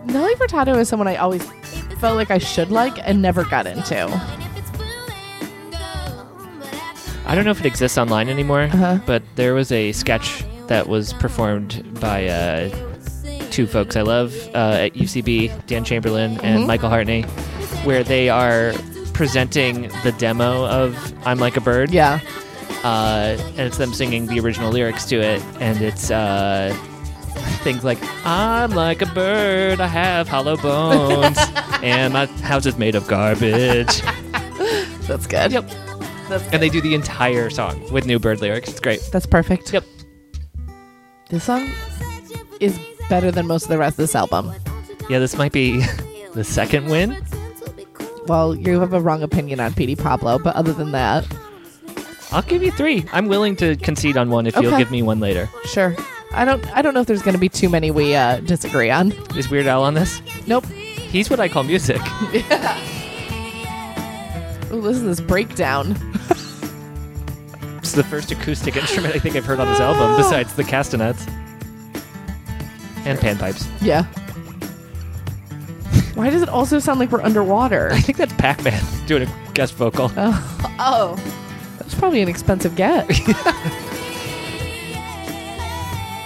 S2: Nelly Furtado is someone I always felt like I should like and never got into.
S1: I don't know if it exists online anymore, but there was a sketch that was performed by uh, two folks I love uh, at UCB, Dan Chamberlain and Michael Hartney, where they are presenting the demo of "I'm Like a Bird."
S2: Yeah.
S1: uh, and it's them singing the original lyrics to it, and it's uh, things like "I'm like a bird, I have hollow bones, and my house is made of garbage."
S2: That's good.
S1: Yep.
S2: That's,
S1: And they do the entire song with new bird lyrics. It's great.
S2: that's perfect.
S1: Yep.
S2: This song is better than most of the rest of this album.
S1: Yeah, this might be *laughs* the second win.
S2: Well, you have a wrong opinion on Petey Pablo, but other than that,
S1: I'll give you three. I'm willing to concede on one if you'll
S2: Okay.
S1: give me one later.
S2: sure. I don't. I don't know if there's going to be too many we uh, disagree on.
S1: Is Weird Al on this?
S2: Nope.
S1: He's what I call music. *laughs*
S2: Ooh, listen to this breakdown.
S1: It's the first acoustic instrument I think I've heard on this album, besides the castanets and panpipes.
S2: *laughs* Yeah. Why does it also sound like we're underwater? *laughs*
S1: I think that's Pac Man *laughs* doing a guest vocal.
S2: Oh, that's probably an expensive get.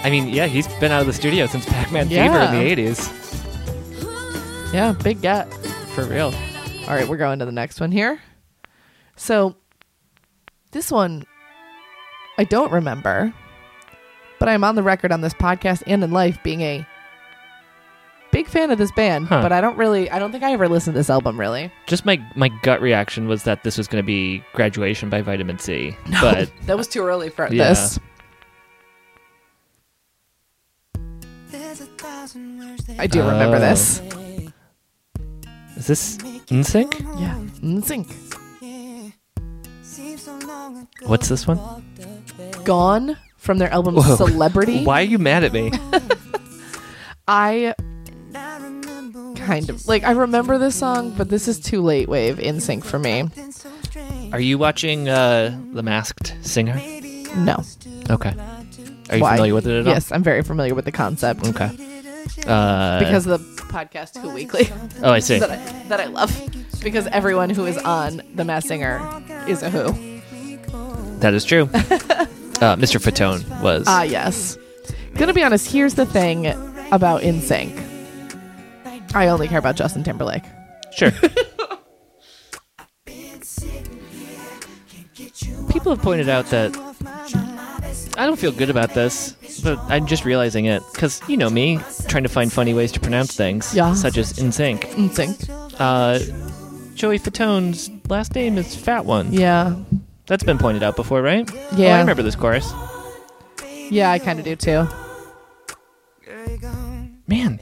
S1: I mean, yeah, he's been out of the studio since Pac Man
S2: Yeah.
S1: Fever in the 80s.
S2: *laughs* yeah, big get.
S1: For real.
S2: All right, we're going to the next one here. So, this one I don't remember, but I'm on the record on this podcast and in life being a big fan of this band.
S1: Huh.
S2: But I don't really, I don't think I ever listened to this album really.
S1: Just my, my gut reaction was that this was going to be graduation by Vitamin C. But
S2: *laughs* that was too early for
S1: Yeah.
S2: this. I do remember
S1: Oh.
S2: this.
S1: is this NSYNC?
S2: Yeah, Mm, sync.
S1: What's this one?
S2: Gone from their album
S1: Whoa. *laughs*
S2: Celebrity.
S1: Why are you mad at me?
S2: I kind of like I remember this song, but this is too late wave in sync for me.
S1: Are you watching uh, The Masked Singer?
S2: No.
S1: Mm. Okay. Are you
S2: Why?
S1: familiar with it at
S2: Yes, I'm very familiar with the concept
S1: all? Okay. Uh,
S2: because of the podcast Who Weekly
S1: oh, I see.
S2: *laughs* that I, that I love because everyone who is on The Mass Singer is a Who.
S1: That is true. uh, Mr. Fatone was.
S2: Ah, yes. Gonna be honest. Here's the thing about In Sync. I only care about Justin Timberlake. *laughs*
S1: Sure. People have pointed out that I don't feel good about this, but I'm just realizing it because you know me, trying to find funny ways to pronounce things,
S2: Yeah.
S1: such as in sync.
S2: In Sync.
S1: Uh, Joey Fatone's last name is Fat One.
S2: Yeah.
S1: That's been pointed out before, right? Oh,
S2: Yeah.
S1: I remember this chorus.
S2: Yeah, I kind of do too.
S1: Man,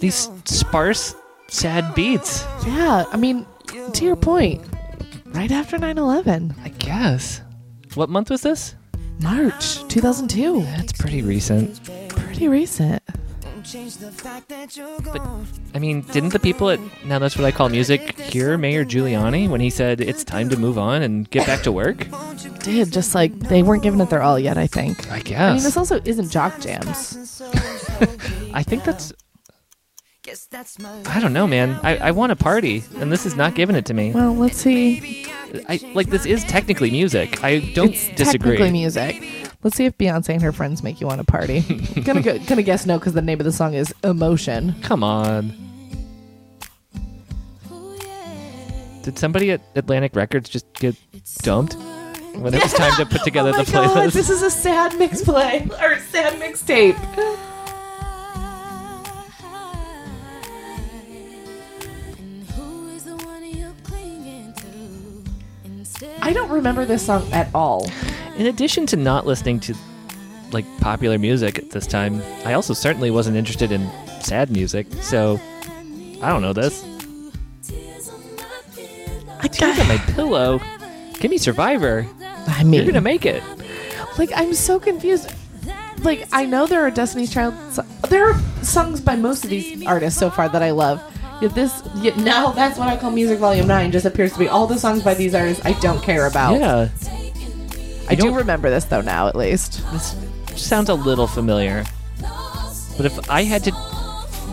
S1: these sparse, sad beats.
S2: Yeah. I mean, to your point, right after 9 11,
S1: I guess. What month was this?
S2: March 2002.
S1: That's pretty recent.
S2: Pretty recent.
S1: I mean, didn't the people at Now That's What I Call Music hear Mayor Giuliani when he said it's time to move on and get back to
S2: *laughs*
S1: work?
S2: Did just like they weren't giving it their all yet, I think.
S1: I
S2: I mean, this
S1: guess.
S2: also isn't jock jams.
S1: *laughs* I think that's. I don't know, man. I, I want a party, and this is not giving it to me.
S2: Well, let's see.
S1: I like this is technically music. I don't
S2: It's technically
S1: disagree.
S2: music. Let's see if Beyonce and her friends make you want
S1: *laughs*
S2: to party. gonna go, gonna guess no because the name of the song is Emotion.
S1: Come on. Did somebody at Atlantic Records just get dumped when
S2: *laughs*
S1: it was time to put together
S2: oh my
S1: the playlist?
S2: god, this is a sad mix play or sad mixtape. I don't remember this song at all.
S1: In addition to not listening to like popular music at this time, I also certainly wasn't interested in sad music. So I don't know this. I tears on my pillow. Give me Survivor.
S2: I
S1: You're
S2: mean,
S1: gonna make it.
S2: like I'm so confused. Like I know there are Destiny's Child, so- there are songs by most of these artists so far that I love. Yet this, yet now that's what I call Music Volume Nine. Just appears to be all the songs by these artists I don't care about.
S1: Yeah,
S2: I do
S1: don't-
S2: remember this though now at least.
S1: this sounds a little familiar. But if I had to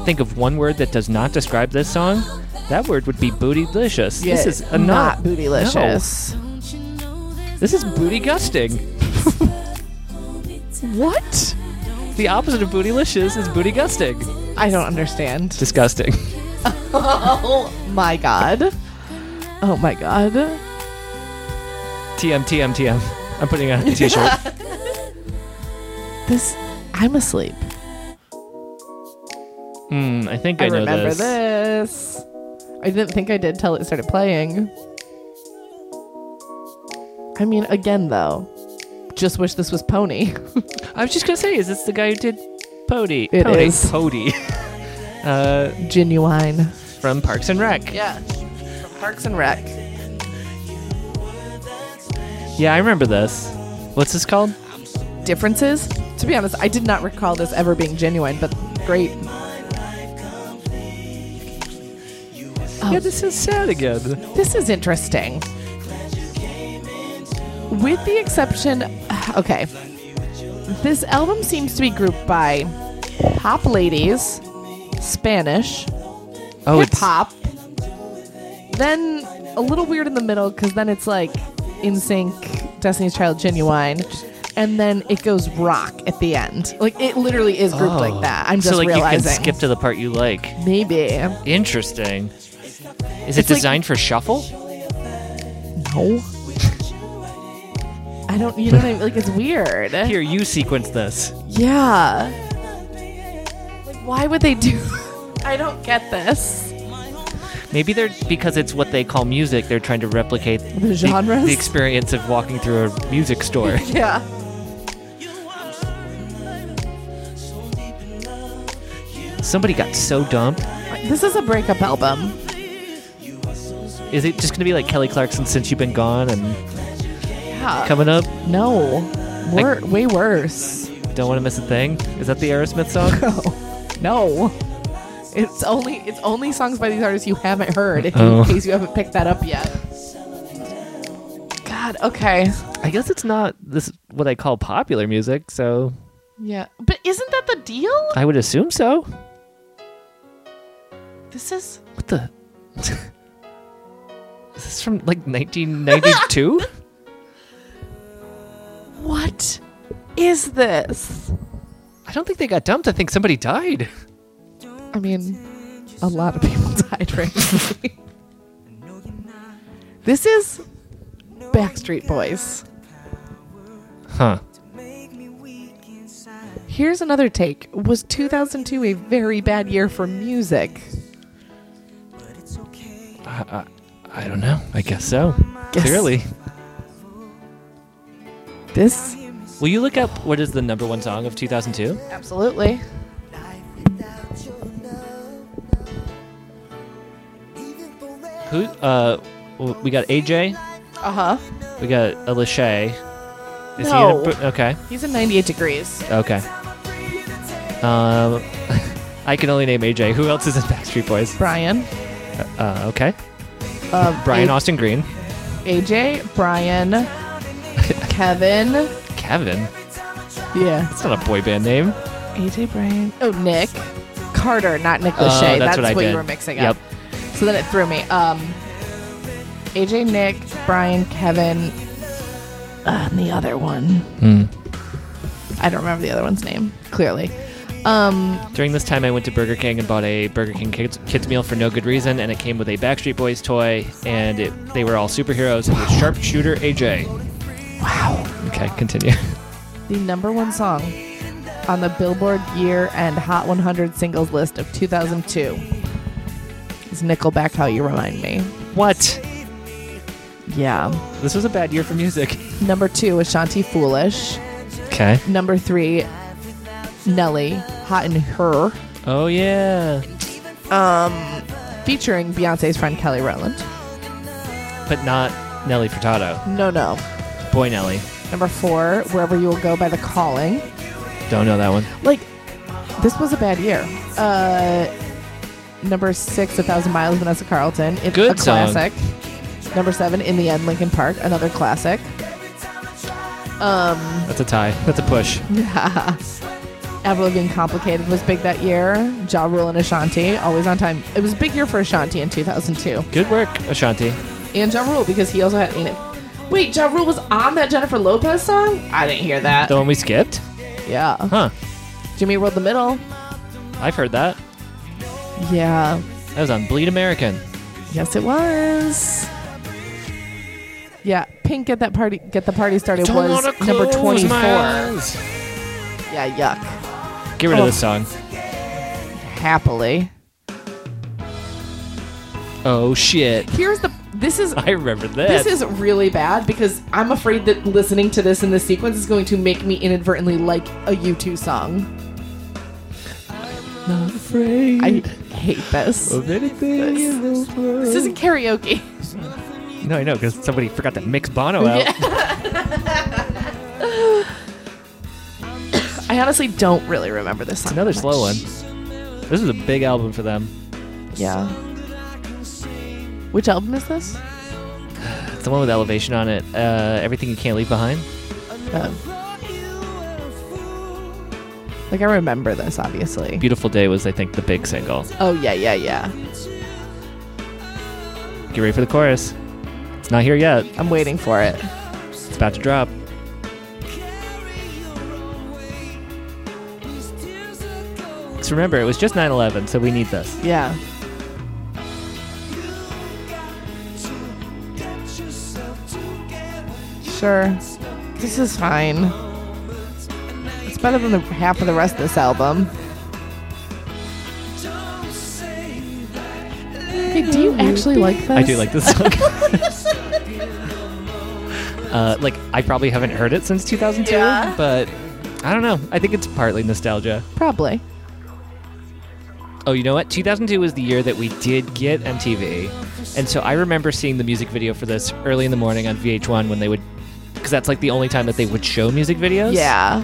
S1: think of one word that does not describe this song, That word would be bootylicious.
S2: Yeah,
S1: this is a
S2: not
S1: not,
S2: bootylicious.
S1: No. This is booty gusting.
S2: What?
S1: The opposite of bootylicious is booty gusting.
S2: I don't *laughs* understand.
S1: Disgusting.
S2: Oh my god. Oh my god.
S1: TM TM TM. I'm putting on a t-shirt.
S2: This I'm asleep.
S1: Hmm, I think I,
S2: I,
S1: know
S2: remember
S1: this.
S2: this. I didn't think I did till it started playing. I mean, again though, just wish this was Pony. *laughs*
S1: I was just gonna say, is this the guy who did Pody?
S2: It
S1: Pody.
S2: is.
S1: Pody. *laughs* uh,
S2: Genuine.
S1: from Parks and Rec.
S2: Yeah. Parks and Rec.
S1: Yeah, I remember this. What's this called?
S2: Differences? To be honest, I did not recall this ever being genuine, but great. Oh.
S1: Yeah, this is sad again.
S2: This is interesting. With the exception, *sighs* okay, this album seems to be grouped by pop ladies, Spanish,
S1: Oh,
S2: hip hop, then a little weird in the middle because then it's like In Sync, Destiny's Child, Genuine, and then it goes rock at the end. Like it literally is grouped like that. I'm just
S1: Oh. so like you
S2: realizing.
S1: can skip to the part you like.
S2: Maybe
S1: Interesting. Is it
S2: like-
S1: designed for shuffle?
S2: no. *laughs* I don't. You know what I mean? Like it's weird.
S1: Here, you sequence this.
S2: Yeah. Like, why would they do? *laughs* I don't get this.
S1: Maybe they're because it's what they call music. They're trying to replicate
S2: The genres?
S1: the, experience of walking through a music
S2: *laughs*
S1: store.
S2: Yeah.
S1: Somebody got so dumped.
S2: This is a breakup album.
S1: Is it just gonna be like Kelly Clarkson since you've been gone and
S2: Yeah.
S1: coming up?
S2: no. Wor- way worse.
S1: Don't want to miss a thing. Is that the Aerosmith song?
S2: No. It's only it's only songs by these artists you haven't heard. If
S1: Oh.
S2: in case you haven't picked that up yet. God. Okay.
S1: *laughs* I guess it's not this what I call popular music, so
S2: Yeah. But isn't that the deal?
S1: I would assume so.
S2: This is.
S1: What the? *laughs* Is this from like *laughs* 1992?
S2: What is this?
S1: I don't think they got dumped. I think somebody died.
S2: I mean, a lot of people *laughs* died recently. this is Backstreet Boys.
S1: Huh.
S2: Here's another take. Was 2002 a very bad year for music?
S1: I don't know. I guess so.
S2: Guess.
S1: Clearly.
S2: This?
S1: Will you look up what is the number one song of 2002?
S2: Absolutely.
S1: Who? Uh, w- we got AJ.
S2: Uh huh.
S1: We got Alashay. Is
S2: No.
S1: he? In a, bo- okay.
S2: He's in 98 degrees.
S1: Okay. Um, *laughs* I can only name AJ. Who else is in Backstreet Boys?
S2: Brian.
S1: Uh, okay.
S2: Uh,
S1: *laughs* Brian
S2: A-
S1: Austin Green.
S2: AJ.
S1: *laughs*
S2: Brian. Kevin.
S1: Kevin.
S2: Yeah.
S1: That's not a boy band name.
S2: AJ, Brian. Oh, Nick. Carter, not Nick
S1: Oh,
S2: Lachey.
S1: that's
S2: that's
S1: what I
S2: you
S1: did.
S2: were mixing
S1: Yep.
S2: up. So then it threw me. Um, AJ, Nick, Brian, Kevin, uh, and the other one. I don't remember the other one's name clearly. Um,
S1: During this time, I went to Burger King and bought a Burger King kids, kids meal for no good reason, and it came with a Backstreet Boys toy, and it, they were all superheroes. It was Sharpshooter AJ. Wow. Okay, continue. *laughs*
S2: the number one song on the Billboard Year End Hot 100 Singles list of 2002 is Nickelback. How you remind me?
S1: What?
S2: Yeah.
S1: This was a bad year for music.
S2: Number two, Ashanti Foolish.
S1: Okay.
S2: Number three, Nelly, Hot in Her,
S1: Oh yeah.
S2: featuring Beyonce's friend Kelly Rowland.
S1: But not Nelly Furtado.
S2: No, no.
S1: Boy Nelly.
S2: Number four, Wherever You Will Go by The Calling.
S1: Don't know that one.
S2: Like, this was a bad year. Uh, number six, A Thousand Miles, Vanessa Carlton. It's
S1: Good
S2: a
S1: song.
S2: classic. Number seven, In the End, Lincoln Park, another classic. *laughs*
S1: That's a tie. That's a push.
S2: Avril Lavigne Complicated was big that year. Ja Rule and Ashanti, always on time. It was a big year for Ashanti in 2002.
S1: Good work, Ashanti.
S2: And Ja Rule because he also had Ain't It. Wait, Ja Rule was on that Jennifer Lopez song? I didn't hear that.
S1: The one we skipped?
S2: Yeah.
S1: Huh.
S2: Jimmy Rolled the Middle.
S1: I've heard that.
S2: Yeah.
S1: That was on Bleed American.
S2: Yes, it was. Yeah, Pink get that party get the party started was number twenty four. Yeah, yuck.
S1: Get rid
S2: Oh.
S1: of this song.
S2: Happily,
S1: Oh shit. *laughs*
S2: here's the. This is
S1: I remember this.
S2: this is really bad because I'm afraid that listening to this in this sequence is going to make me inadvertently like a U2 song.
S1: not afraid
S2: I hate this.
S1: of anything in this world.
S2: This isn't karaoke. *laughs*
S1: No, I know, because somebody forgot to mix Bono out.
S2: I honestly don't really remember this song.
S1: Another
S2: that
S1: slow one.
S2: much.
S1: This is a big album for them.
S2: Yeah. Which album is this?
S1: It's the one with Elevation on it. Uh, Everything You Can't Leave Behind.
S2: Um, Like I remember this, obviously.
S1: Beautiful Day was, I think, the big single.
S2: Oh yeah, yeah, yeah.
S1: Get ready for the chorus. It's not here yet.
S2: I'm waiting for it.
S1: It's about to drop. Because remember, it was just 9 11, so we need this.
S2: Yeah. Sure. This is fine. It's better than the half of the rest of this album. Hey, do you actually like this?
S1: I do like this *laughs* song. uh, like, I probably haven't heard it since 2002,
S2: Yeah.
S1: but I don't know. I think it's partly nostalgia.
S2: Probably.
S1: Oh, you know what? 2002 was the year that we did get MTV. And so I remember seeing the music video for this early in the morning on VH1 when they would, because that's like the only time that they would show music videos.
S2: Yeah.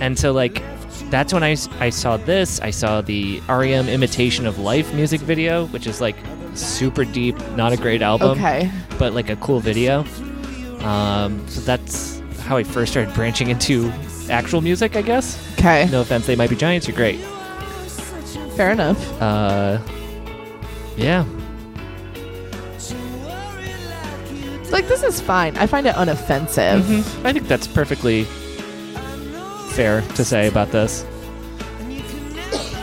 S1: And so, like, that's when I, s- I saw this. I saw the REM Imitation of Life music video, which is like super deep, not a great album,
S2: Okay.
S1: but like a cool video. Um, so that's how I first started branching into actual music, I guess.
S2: Okay.
S1: No offense, they might be giants. You're great.
S2: Fair enough.
S1: Uh, yeah.
S2: Like this is fine. I find it unoffensive.
S1: I think that's perfectly fair to say about this.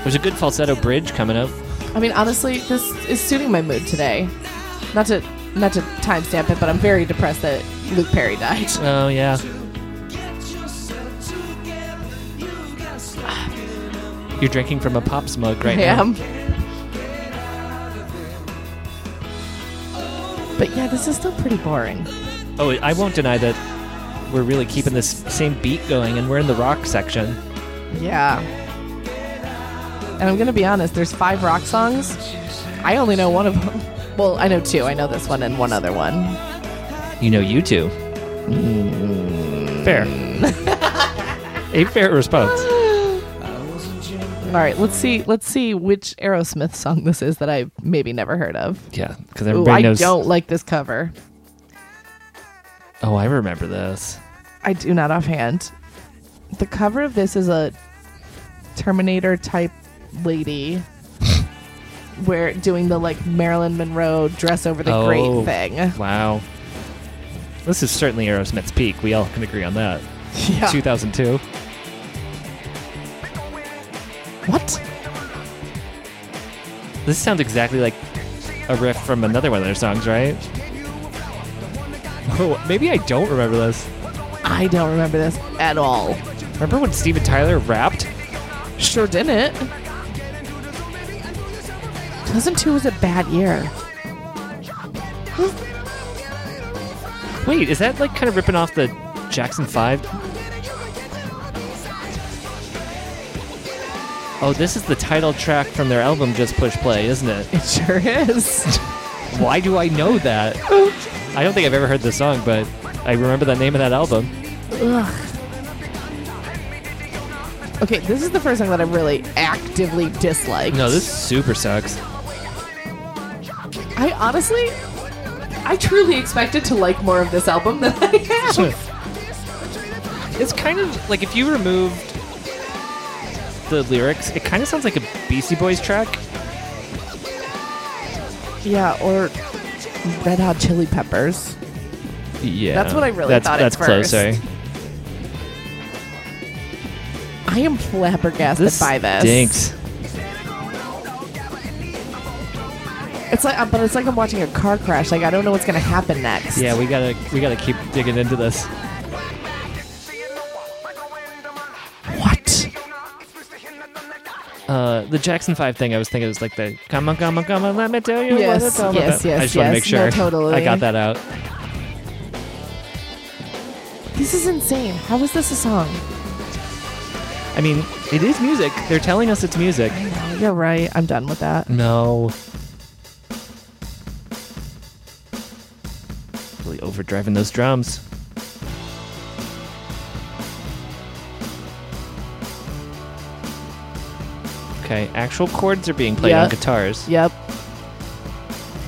S1: There's a good falsetto bridge coming up.
S2: I mean, honestly, this is suiting my mood today. Not to not to timestamp it, but I'm very depressed that Luke Perry died.
S1: Oh yeah. You're drinking from a pop mug right
S2: *laughs* I
S1: now.
S2: am. But yeah, this is still pretty boring.
S1: Oh, I won't deny that we're really keeping this same beat going, and we're in the rock section.
S2: Yeah. And I'm gonna be honest. There's five rock songs. I only know one of them. *laughs* Well, I know two. I know this one and one other one.
S1: You know, you two. Fair. a fair response.
S2: All right, let's see. Let's see which Aerosmith song this is that I maybe never heard of.
S1: Yeah, because
S2: Ooh,
S1: everybody
S2: I
S1: knows.
S2: don't like this cover.
S1: Oh, I remember this.
S2: I do not offhand. The cover of this is a Terminator type
S1: *laughs*
S2: lady where doing the like Marilyn Monroe dress over the
S1: Oh.
S2: grave thing.
S1: Wow. This is certainly Aerosmith's peak. We all can agree on that.
S2: Yeah.
S1: 2002.
S2: What?
S1: This sounds exactly like a riff from another one of their songs, right? Oh, maybe I don't remember this.
S2: I don't remember this at all.
S1: Remember when Steven Tyler rapped?
S2: Sure didn't. 2002 was a bad year.
S1: Wait, is that like kind of ripping off the Jackson 5? Oh, this is the title track from their album Just Push Play, isn't it?
S2: It sure is.
S1: *laughs* Why do I know that? I don't think I've ever heard this song, but I remember the name of that album.
S2: okay, this is the first song that I really actively disliked.
S1: No, this super sucks.
S2: I honestly, I truly expected to like more of this album than
S1: *laughs*
S2: I have.
S1: it's kind of like if you removed the lyrics, it kind of sounds like a Beastie Boys track.
S2: Yeah, or Red Hot Chili Peppers.
S1: Yeah,
S2: That's what I really
S1: that's,
S2: thought at
S1: That's
S2: first.
S1: closer.
S2: I am flabbergasted
S1: This
S2: by this. *laughs*
S1: stinks.
S2: It's like, uh, but it's like I'm watching a car crash. Like I don't know what's gonna happen next.
S1: Yeah, we gotta we gotta keep digging into this.
S2: What?
S1: Uh, the Jackson Five thing, I was thinking it was like the come on, come on, come on, let me tell you
S2: Yes,
S1: what it's all
S2: yes,
S1: about.
S2: yes,
S1: I just want
S2: yes.
S1: to make sure
S2: No, totally.
S1: I got that out.
S2: This is insane. How is this a song?
S1: I mean, it is music. They're telling us it's music.
S2: Oh, You're right. I'm done with that.
S1: No. Really overdriving those drums. Okay, actual chords are being played
S2: Yeah.
S1: on guitars.
S2: Yep.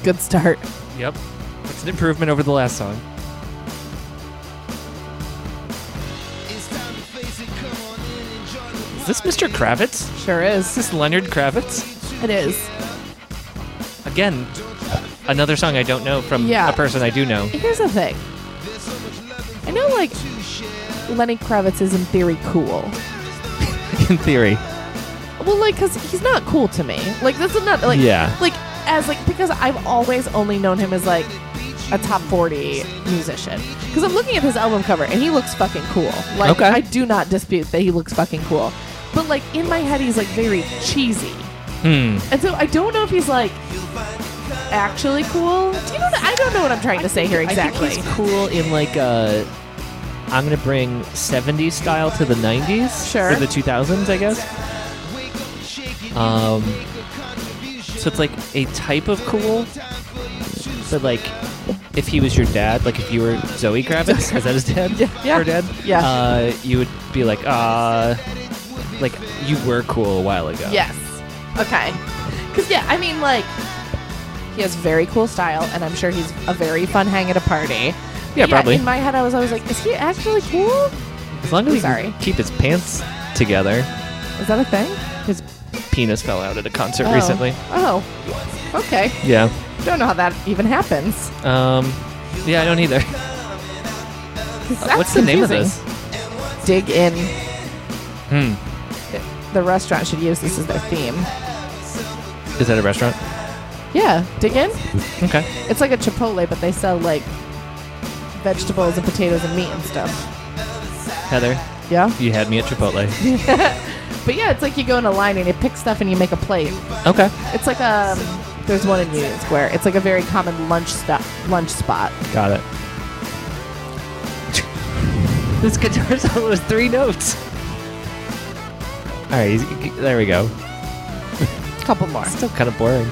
S2: Good start.
S1: Yep. It's an improvement over the last song. Is this Mr. Kravitz?
S2: Sure
S1: Is
S2: is.
S1: this Leonard Kravitz?
S2: It is.
S1: Again, another song I don't know from
S2: Yeah.
S1: a person I do know.
S2: Here's the thing. I know, like, Lenny Kravitz is in theory cool.
S1: *laughs* In theory.
S2: Well, like, cause he's not cool to me. Like, this is not like,
S1: Yeah.
S2: like as like because I've always only known him as like a top forty musician. Because I'm looking at his album cover and he looks fucking cool. Like,
S1: Okay.
S2: I do not dispute that he looks fucking cool. But like in my head, he's like very cheesy,
S1: Hmm.
S2: and so I don't know if he's like actually cool. Do you know? What, I don't know what I'm trying to say here exactly.
S1: I think he's cool in like a. I'm gonna bring 70s style to the 90s.
S2: Sure.
S1: Or the 2000s, I guess. Um. So it's like a type of cool, but like if he was your dad, like if you were Zoe Kravitz,
S2: *laughs*
S1: is that his dad?
S2: yeah,
S1: Her dad?
S2: yeah.
S1: Uh, you would be like, uh, like you were cool a while ago.
S2: Yes. Okay. Because, yeah, I mean, like, he has very cool style, and I'm sure he's a very fun hang at a party. But
S1: probably.
S2: In my head, I was always like, is he actually cool?
S1: As long as he
S2: Sorry.
S1: can keep his pants together.
S2: Is that a thing?
S1: His penis fell out at a concert
S2: Oh.
S1: recently.
S2: Oh. Okay.
S1: Yeah.
S2: Don't know how that even happens.
S1: Um, yeah, I don't *laughs* either.
S2: 'Cause
S1: Uh,
S2: that's
S1: What's the name of this?
S2: confusing. Dig in.
S1: Hmm.
S2: The restaurant should use this as their theme.
S1: Is that a restaurant?
S2: Yeah, dig in.
S1: Okay.
S2: It's like a Chipotle, but they sell like vegetables and potatoes and meat and stuff.
S1: Heather,
S2: Yeah.
S1: you had me at *laughs* Chipotle.
S2: But yeah, it's like you go in a line and you pick stuff and you make a plate.
S1: okay.
S2: It's like um there's one in Union Square. It's like a very common lunch stuff lunch spot.
S1: Got it. *laughs* this guitar solo is three notes. All right, he's- there we go.
S2: Couple more.
S1: Still kind of boring.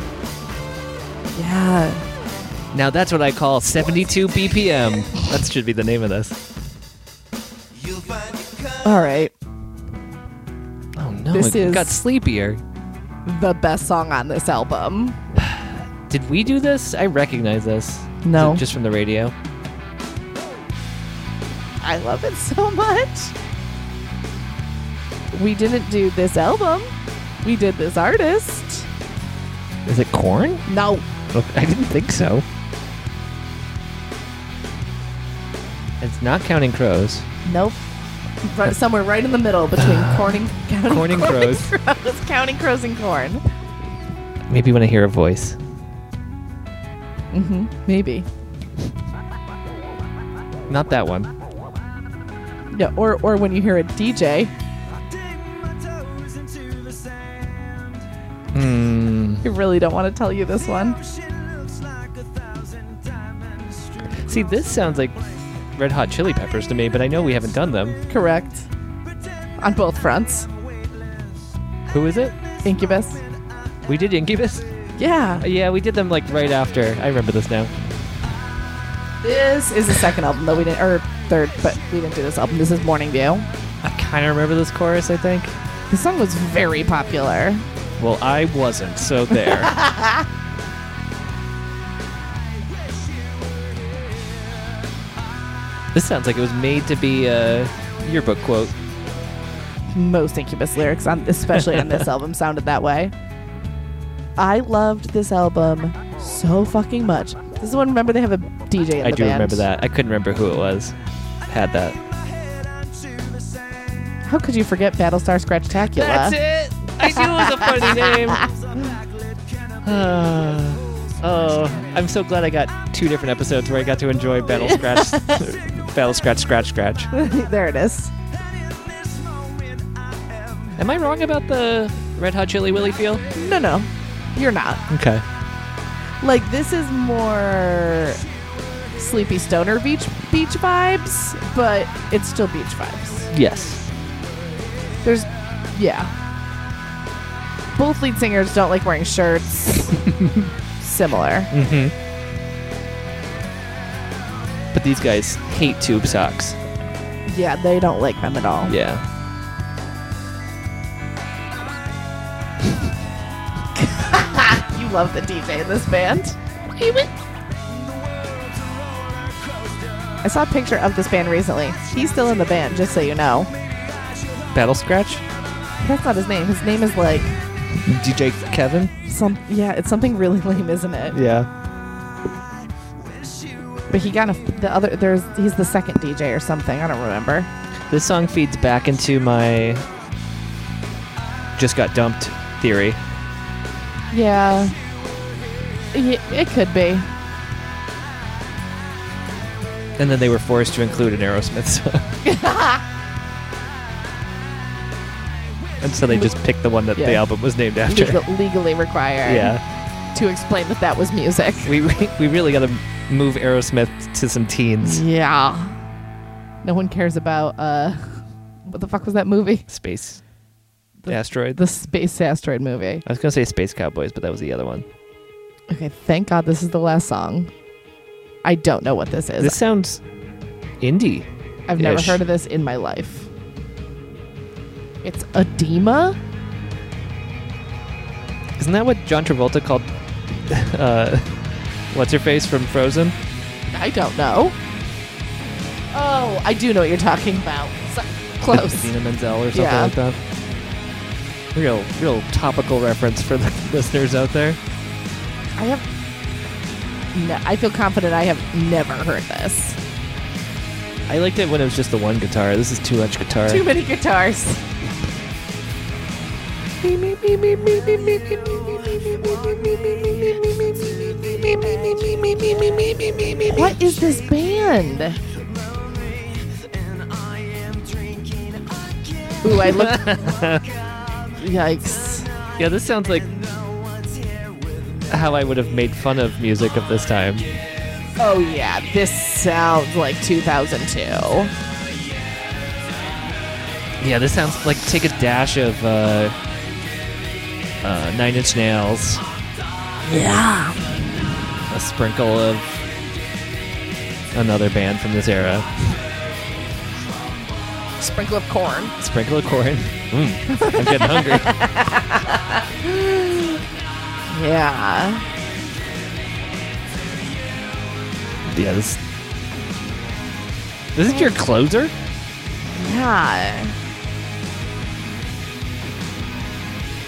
S2: Yeah.
S1: Now that's what I call 72 BPM. That should be the name of this.
S2: All right.
S1: Oh no,
S2: This
S1: it
S2: is-
S1: got sleepier.
S2: The best song on this album.
S1: Did we do this? I recognize this.
S2: No.
S1: Is it just from the radio.
S2: I love it so much. We didn't do this album. We did this artist.
S1: Is it corn?
S2: No.
S1: I didn't think so. It's not Counting Crows.
S2: Nope. Right, somewhere right in the middle between *sighs* Corning, Counting,
S1: Corn and Crows.
S2: Crows, *laughs* Counting Crows and Corn.
S1: Maybe when I hear a voice.
S2: Mm-hmm. Maybe.
S1: Not that one.
S2: Yeah, or or when you hear a DJ,
S1: Hmm.
S2: I really don't want to tell you this one.
S1: See, this sounds like Red Hot Chili Peppers to me, but I know we haven't done them.
S2: Correct. On both fronts.
S1: Who is it?
S2: Incubus.
S1: We did Incubus? Uh,
S2: Yeah.
S1: Yeah, we did them like right after. I remember this now.
S2: This is the second album that we didn't, or third, but we didn't do this album. This is Morning View.
S1: I kind of remember this chorus, I think.
S2: The song was very popular.
S1: Well, I wasn't, so *laughs* there. this sounds like it was made to be a yearbook quote.
S2: most Incubus lyrics on, especially
S1: *laughs*
S2: on this album, sounded that way. I loved this album so fucking much. This is one. Remember, they have a DJ in
S1: I
S2: the
S1: do
S2: band.
S1: remember that. I couldn't remember who it was. Had that.
S2: How could you forget Battlestar Scratchtacular?
S1: it. I knew it was a funny name. *sighs* oh, I'm so glad I got two different episodes where I got to enjoy Battle *laughs* Scratch, Battle Scratch, Scratch, Scratch.
S2: *laughs* there it is.
S1: Am I wrong about the Red Hot Chili Willy feel?
S2: No, no, you're not.
S1: Okay.
S2: Like this is more sleepy stoner beach beach vibes, but it's still beach vibes.
S1: Yes.
S2: There's, yeah. Both lead singers don't like wearing shirts. Similar.
S1: But these guys hate tube socks.
S2: Yeah, they don't like them at all.
S1: Yeah.
S2: You love the DJ in this band. I saw a picture of this band recently. He's still in the band, just so you know.
S1: Battle Scratch?
S2: That's not his name. His name is like
S1: DJ Kevin?
S2: some yeah, it's something really *laughs* lame, isn't it?
S1: Yeah.
S2: But he got a, the other there's he's the second DJ or something. I don't remember.
S1: This song feeds back into my just got dumped theory.
S2: Yeah. Y- it could be.
S1: And then they were forced to include an Aerosmith
S2: *laughs*
S1: song. and so they just picked the one that the
S2: Yeah.
S1: album was named after. *laughs*
S2: Legal- legally required
S1: Yeah.
S2: to explain that that was music.
S1: We, we, we really got to move Aerosmith to some teens.
S2: Yeah. No one cares about uh *laughs* what the fuck was that movie?
S1: Space
S2: The-
S1: Asteroid.
S2: The space asteroid movie.
S1: I was going to say Space Cowboys, but that was the other one.
S2: Okay, thank God this is the last song. I don't know what this is.
S1: This sounds indie.
S2: I've never
S1: ish.
S2: heard of this in my life. It's edema?
S1: Isn't that what John Travolta called *laughs* uh, What's Her Face from Frozen?
S2: I don't know. Oh, I do know what you're talking about. So- Close.
S1: Dina Menzel or something
S2: Yeah.
S1: like that. Real, real topical reference for the *laughs* listeners out there.
S2: I have. No, I feel confident I have never heard this.
S1: I liked it when it was just the one guitar. This is too much guitar.
S2: Too many guitars. What is this band? Ooh, I *laughs* look. Yikes.
S1: yeah, this sounds like how I would have made fun of music of this time.
S2: Oh, yeah, this sounds like 2002.
S1: Yeah, this sounds like take a dash of uh, uh, Nine Inch Nails,
S2: Yeah.
S1: a sprinkle of another band from this era,
S2: Sprinkle of corn.
S1: sprinkle of corn. Mm, I'm getting *laughs* hungry.
S2: Yeah.
S1: Yeah, this. This is your closer?
S2: Yeah.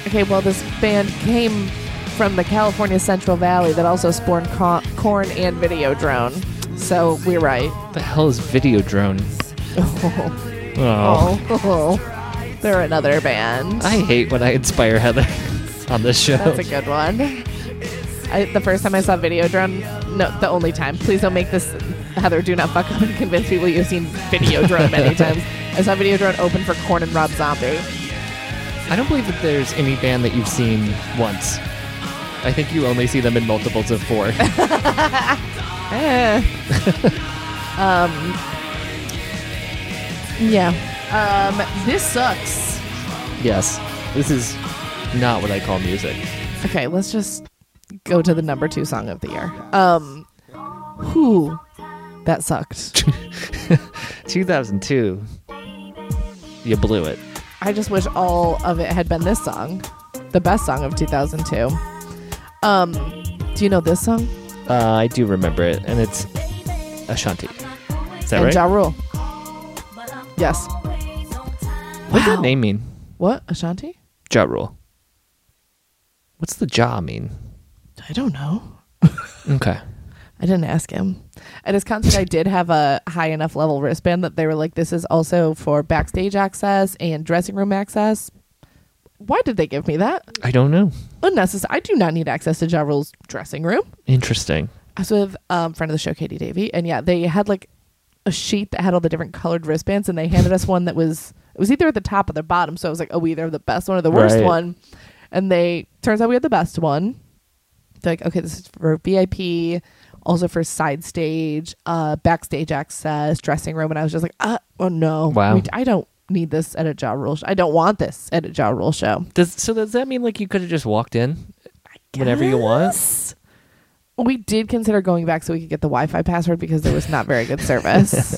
S2: Okay, well, this band came from the California Central Valley that also spawned co- corn and video drone. So we're right. *laughs*
S1: The hell is Video Drone?
S2: Oh.
S1: Oh.
S2: *laughs* They're another band.
S1: I hate when I inspire Heather *laughs* on this show.
S2: That's a good one. I, the first time I saw Video Drone, no, the only time. Please don't make this, Heather, do not fuck up and convince people you've seen Video
S1: *laughs*
S2: Drone many times. I saw Video Drone open for Corn and Rob Zombie.
S1: I don't believe that there's any band that you've seen once. I think you only see them in multiples of four.
S2: Eh. um, yeah. Um, this sucks.
S1: yes. This is not what I call music.
S2: Okay, let's just go to the number two song of the year. Um, who? That *laughs* sucked.
S1: 2002. You blew it.
S2: I just wish all of it had been this song, the best song of 2002. Um, do you know this song?
S1: Uh, I do remember it, and it's Ashanti. Is that
S2: and
S1: right?
S2: Ja Rule. Yes.
S1: What does
S2: Wow.
S1: that name mean?
S2: What Ashanti?
S1: Ja Rule. What's the jaw mean?
S2: I don't know.
S1: Okay.
S2: I didn't ask him. At his concert, I did have a high enough level wristband that they were like, "This is also for backstage access and dressing room access." Why did they give me that?
S1: I don't know.
S2: Unnecessary. I do not need access to Ja Rule's dressing room.
S1: Interesting.
S2: I was with um friend of the show, Katie Davey, and yeah, they had like a sheet that had all the different colored wristbands, and they handed us one that was it was either at the top or the bottom. So I was like, oh, either the best one or the worst
S1: Right.
S2: one. And they turns out we had the best one. They're like, okay, this is for VIP, also for side stage, uh, backstage access, dressing room, and I was just like, uh, oh no,
S1: Wow.
S2: We- I don't need this at a Jaw Rule. Show. I don't want this at a Jaw Rule show.
S1: Does so does that mean like you could have just walked in whenever you want?
S2: Yes. We did consider going back so we could get the Wi-Fi password because there was not very good
S1: *laughs*
S2: service.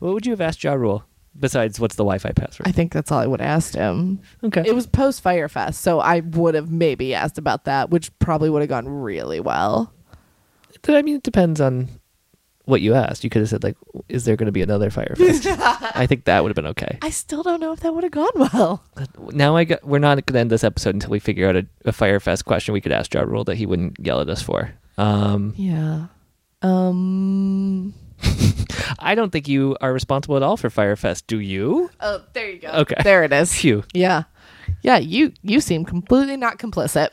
S1: What would you have asked Ja Rule besides what's the Wi-Fi password?
S2: I think that's all I would ask him.
S1: okay.
S2: It was post Firefest, so I would have maybe asked about that, which probably would have gone really well.
S1: I mean, it depends on what you asked. You could have said like, "Is there going to be another fire
S2: *laughs*
S1: fest?" I think that would have been okay.
S2: I still don't know if that would have gone well. *laughs*
S1: Now I got, we're not going to end this episode until we figure out a, a fire fest question we could ask Ja Rule that he wouldn't yell at us for. Um,
S2: Yeah. Um.
S1: I don't think you are responsible at all for Firefest, do you?
S2: Oh, there you go.
S1: Okay.
S2: There it is.
S1: Phew.
S2: Yeah. Yeah. You you seem completely
S1: *laughs*
S2: not complicit.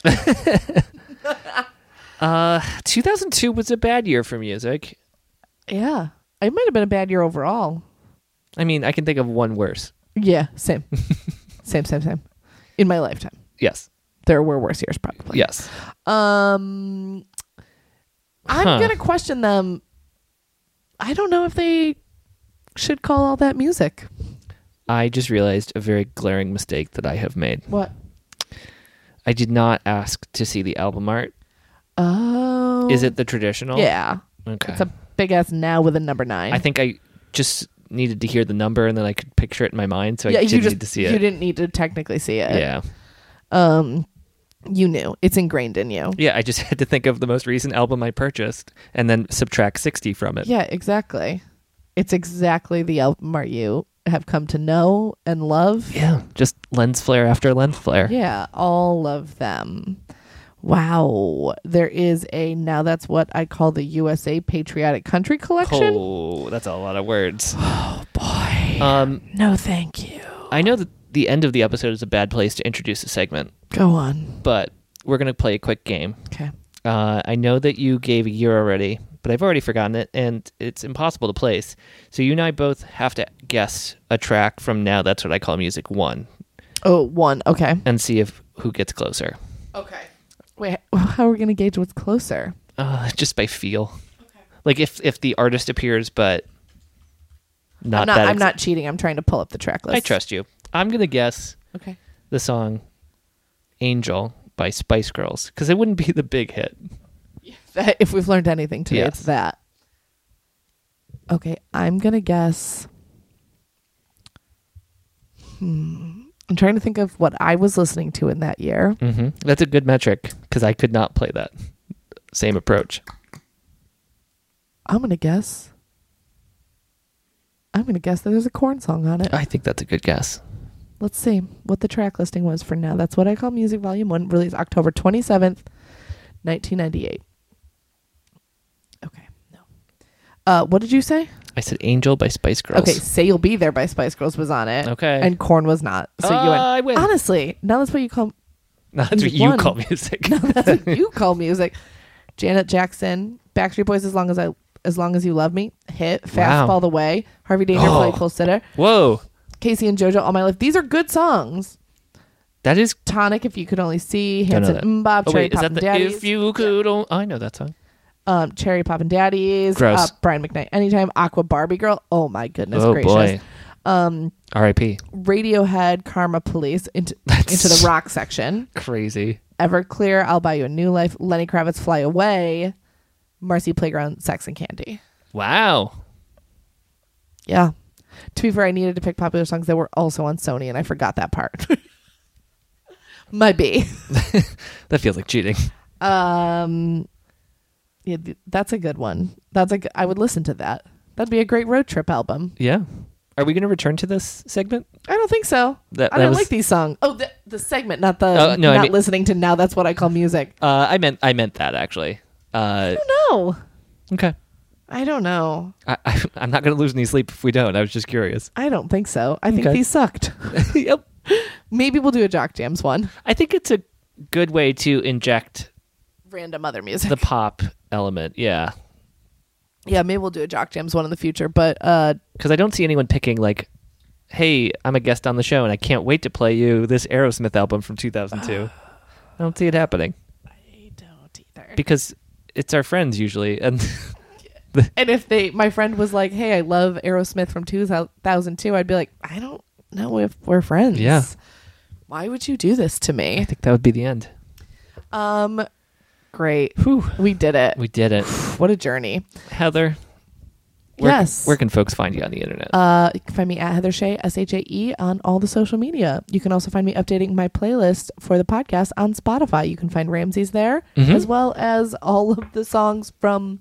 S1: Uh, 2002 was a bad year for music.
S2: yeah. It might have been a bad year overall.
S1: I mean, I can think of one worse.
S2: Yeah.
S1: *laughs*
S2: Same. same. Same. Same. In my lifetime,
S1: Yes.
S2: there were worse years probably.
S1: Yes.
S2: Um, I'm
S1: Huh.
S2: gonna question them. I don't know if they should call all that music.
S1: I just realized a very glaring mistake that I have made.
S2: What?
S1: I did not ask to see the album art.
S2: Oh,
S1: Is it the traditional?
S2: Yeah,
S1: Okay.
S2: it's a big ass now with a number nine.
S1: I think I just needed to hear the number and then I could picture it in my mind, so
S2: yeah,
S1: I didn't
S2: you just
S1: need to see it.
S2: you didn't uh, need to technically see it.
S1: yeah.
S2: Um, you knew it's ingrained in you.
S1: Yeah, I just *laughs* had to think of the most recent album I purchased and then subtract 60 from it.
S2: Yeah, exactly. It's exactly the album art you have come to know and love.
S1: Yeah, just lens flare after lens flare.
S2: Yeah, all of them. Wow. There is a now that's what I call the USA Patriotic Country Collection.
S1: Oh, that's a lot of words. *sighs* Oh boy. Um,
S2: No, thank you.
S1: I know that the end of the episode is a bad place to introduce a segment,
S2: Go on.
S1: but we're gonna play a quick game.
S2: Okay.
S1: Uh, I know that you gave a year already, but I've already forgotten it, and it's impossible to place. So you and I both have to guess a track from now. That's what I call music one,
S2: Oh, one. Okay.
S1: and see if who gets closer.
S2: Okay. Wait, *laughs* how are we going to gauge what's closer?
S1: Uh, just by feel, like if if the artist appears, but not
S2: I'm not,
S1: that.
S2: I'm
S1: ex-
S2: not cheating. I'm trying to pull up the track list.
S1: I trust you. I'm gonna guess.
S2: Okay. *laughs*
S1: the song Angel by Spice Girls because it wouldn't be the big hit.
S2: That- if we've learned anything today,
S1: Yes.
S2: it's that. Okay, I'm gonna guess. Hmm. I'm trying to think of what I was listening to in that year.
S1: Mm-hmm. That's a good metric because I could not play that. Same approach.
S2: I'm gonna guess. I'm gonna guess that there's a corn song on it.
S1: I think that's a good guess.
S2: Let's see what the track listing was for now. That's what I call Music Volume One, released October 27th, 1998. Okay, no. Uh, what did you say?
S1: I said Angel by Spice Girls. *laughs*
S2: Okay, say you'll be there by Spice Girls was on it.
S1: Okay. Ah,
S2: and Corn was not. So you went.
S1: I win.
S2: Honestly, now that's what you call
S1: No, that's what
S2: you
S1: you
S2: won.
S1: call
S2: *laughs*
S1: music. *laughs*
S2: that's what you call music. Janet Jackson, Backstreet Boys, as long as I as long as you love me, hit
S1: Wow.
S2: fastball the way. Harvey Danger,
S1: Oh. *gasps*
S2: Playful Sitter,
S1: Whoa,
S2: Casey and JoJo, all my life. These are good songs.
S1: that is.
S2: Tonic, if you could only see,
S1: Don't know
S2: Hanson,
S1: that.
S2: Mbop,
S1: Oh
S2: Cherry
S1: wait, is
S2: Pop
S1: that
S2: and
S1: the
S2: Daddies,
S1: if you could? on- I know that song.
S2: um, Cherry Pop and Daddies,
S1: Gross.
S2: uh, Brian McKnight, anytime, Aqua Barbie Girl. Oh my goodness
S1: oh
S2: gracious!
S1: boy. Um. R.I.P.
S2: Radiohead, Karma Police, into,
S1: *laughs* That's-
S2: into the rock section.
S1: Crazy.
S2: Everclear, I'll Buy You a New Life, Lenny Kravitz, Fly Away, Marcy Playground, Sex and Candy.
S1: Wow.
S2: Yeah. To be fair, I needed to pick popular songs that were also on Sony, and I forgot that part. *laughs* My B.
S1: That feels like cheating. *laughs*
S2: Um, yeah, th- that's a good one. That's a. G- I would listen to that. That'd be a great road trip album.
S1: Yeah. Are we going to return to this segment?
S2: I don't think so.
S1: That-
S2: I
S1: that
S2: don't
S1: was-
S2: like these songs. Oh, the, the segment, not the
S1: Oh, no, I
S2: not
S1: mean-
S2: listening to now. That's what I call music.
S1: Uh, I meant I meant that actually. Uh,
S2: No,
S1: okay.
S2: I don't know.
S1: I, *laughs* I, I'm not going to lose any sleep if we don't. I was just curious.
S2: I don't think so. I think
S1: Okay. *laughs*
S2: these sucked.
S1: yep.
S2: Maybe we'll do a Jock Jams one.
S1: I think it's a good way to inject
S2: Random other music.
S1: the pop element. Yeah.
S2: yeah, maybe we'll do a Jock Jams one in the future. But uh,
S1: Because I don't see anyone picking, like, hey, I'm a guest on the show and I can't wait to play you this Aerosmith album from 2002. I don't see it happening
S2: I don't either.
S1: because it's our friends usually. And *laughs*
S2: and if they, my friend was like, "Hey, I love Aerosmith from 2002," I'd be like, "I don't know if we're friends."
S1: Yeah.
S2: Why would you do this to
S1: I
S2: me?
S1: think that would be the end.
S2: Um, great.
S1: Whew.
S2: We did it.
S1: We did it.
S2: what a journey.
S1: Heather. Where,
S2: yes.
S1: Where can folks find you on the internet?
S2: Uh, you can find me at Heather Shea, S H A E, on all the social media. You can also find me updating my playlist for the podcast on Spotify. You can find Ramsey's there,
S1: Mhm.
S2: as well as all of the songs from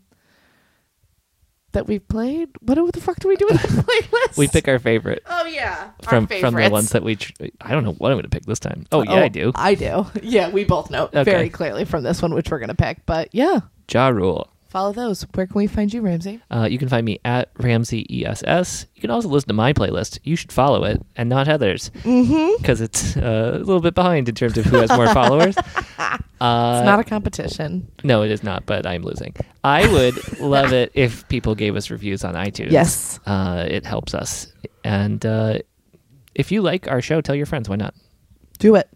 S2: that we've played. What the fuck do we do
S1: *laughs*
S2: with that playlist?
S1: we pick our favorite.
S2: Oh yeah, our
S1: From, from the
S2: favorites.
S1: ones that we, tr- I don't know what I'm going to pick this time. Oh, yeah,
S2: Oh,
S1: I do.
S2: I do. *laughs* Yeah, we both know
S1: Okay.
S2: very clearly from this one which we're gonna pick. But yeah,
S1: Ja Rule.
S2: follow those. Where can we find you, Ramsey?
S1: Uh, you can find me at Ramsey ESS. You can also listen to my playlist. You should follow it and not Heather's because it's uh, a little bit behind in terms of who has more followers. Uh,
S2: It's not a competition.
S1: no, it is not, but I'm losing. I would love it if people gave us reviews on iTunes.
S2: Yes.
S1: Uh, it helps us. And uh, if you like our show, tell your friends. Why not?
S2: Do it.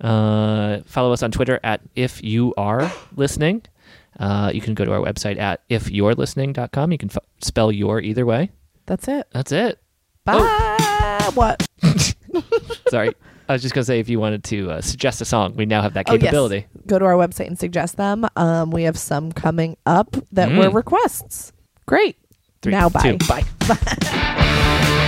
S1: Uh, follow us on Twitter at if you are listening. Uh, you can go to our website at ifyou'relistening.com. You can f- spell your either way.
S2: That's it.
S1: That's it.
S2: Bye.
S1: Oh.
S2: What?
S1: Sorry. I was just going to say if you wanted to uh, suggest a song, we now have that
S2: Oh, yes.
S1: capability.
S2: Go to our website and suggest them. Um, we have some coming up that
S1: Mm.
S2: were requests. Great.
S1: Three,
S2: now bye.
S1: two, bye.
S2: Bye.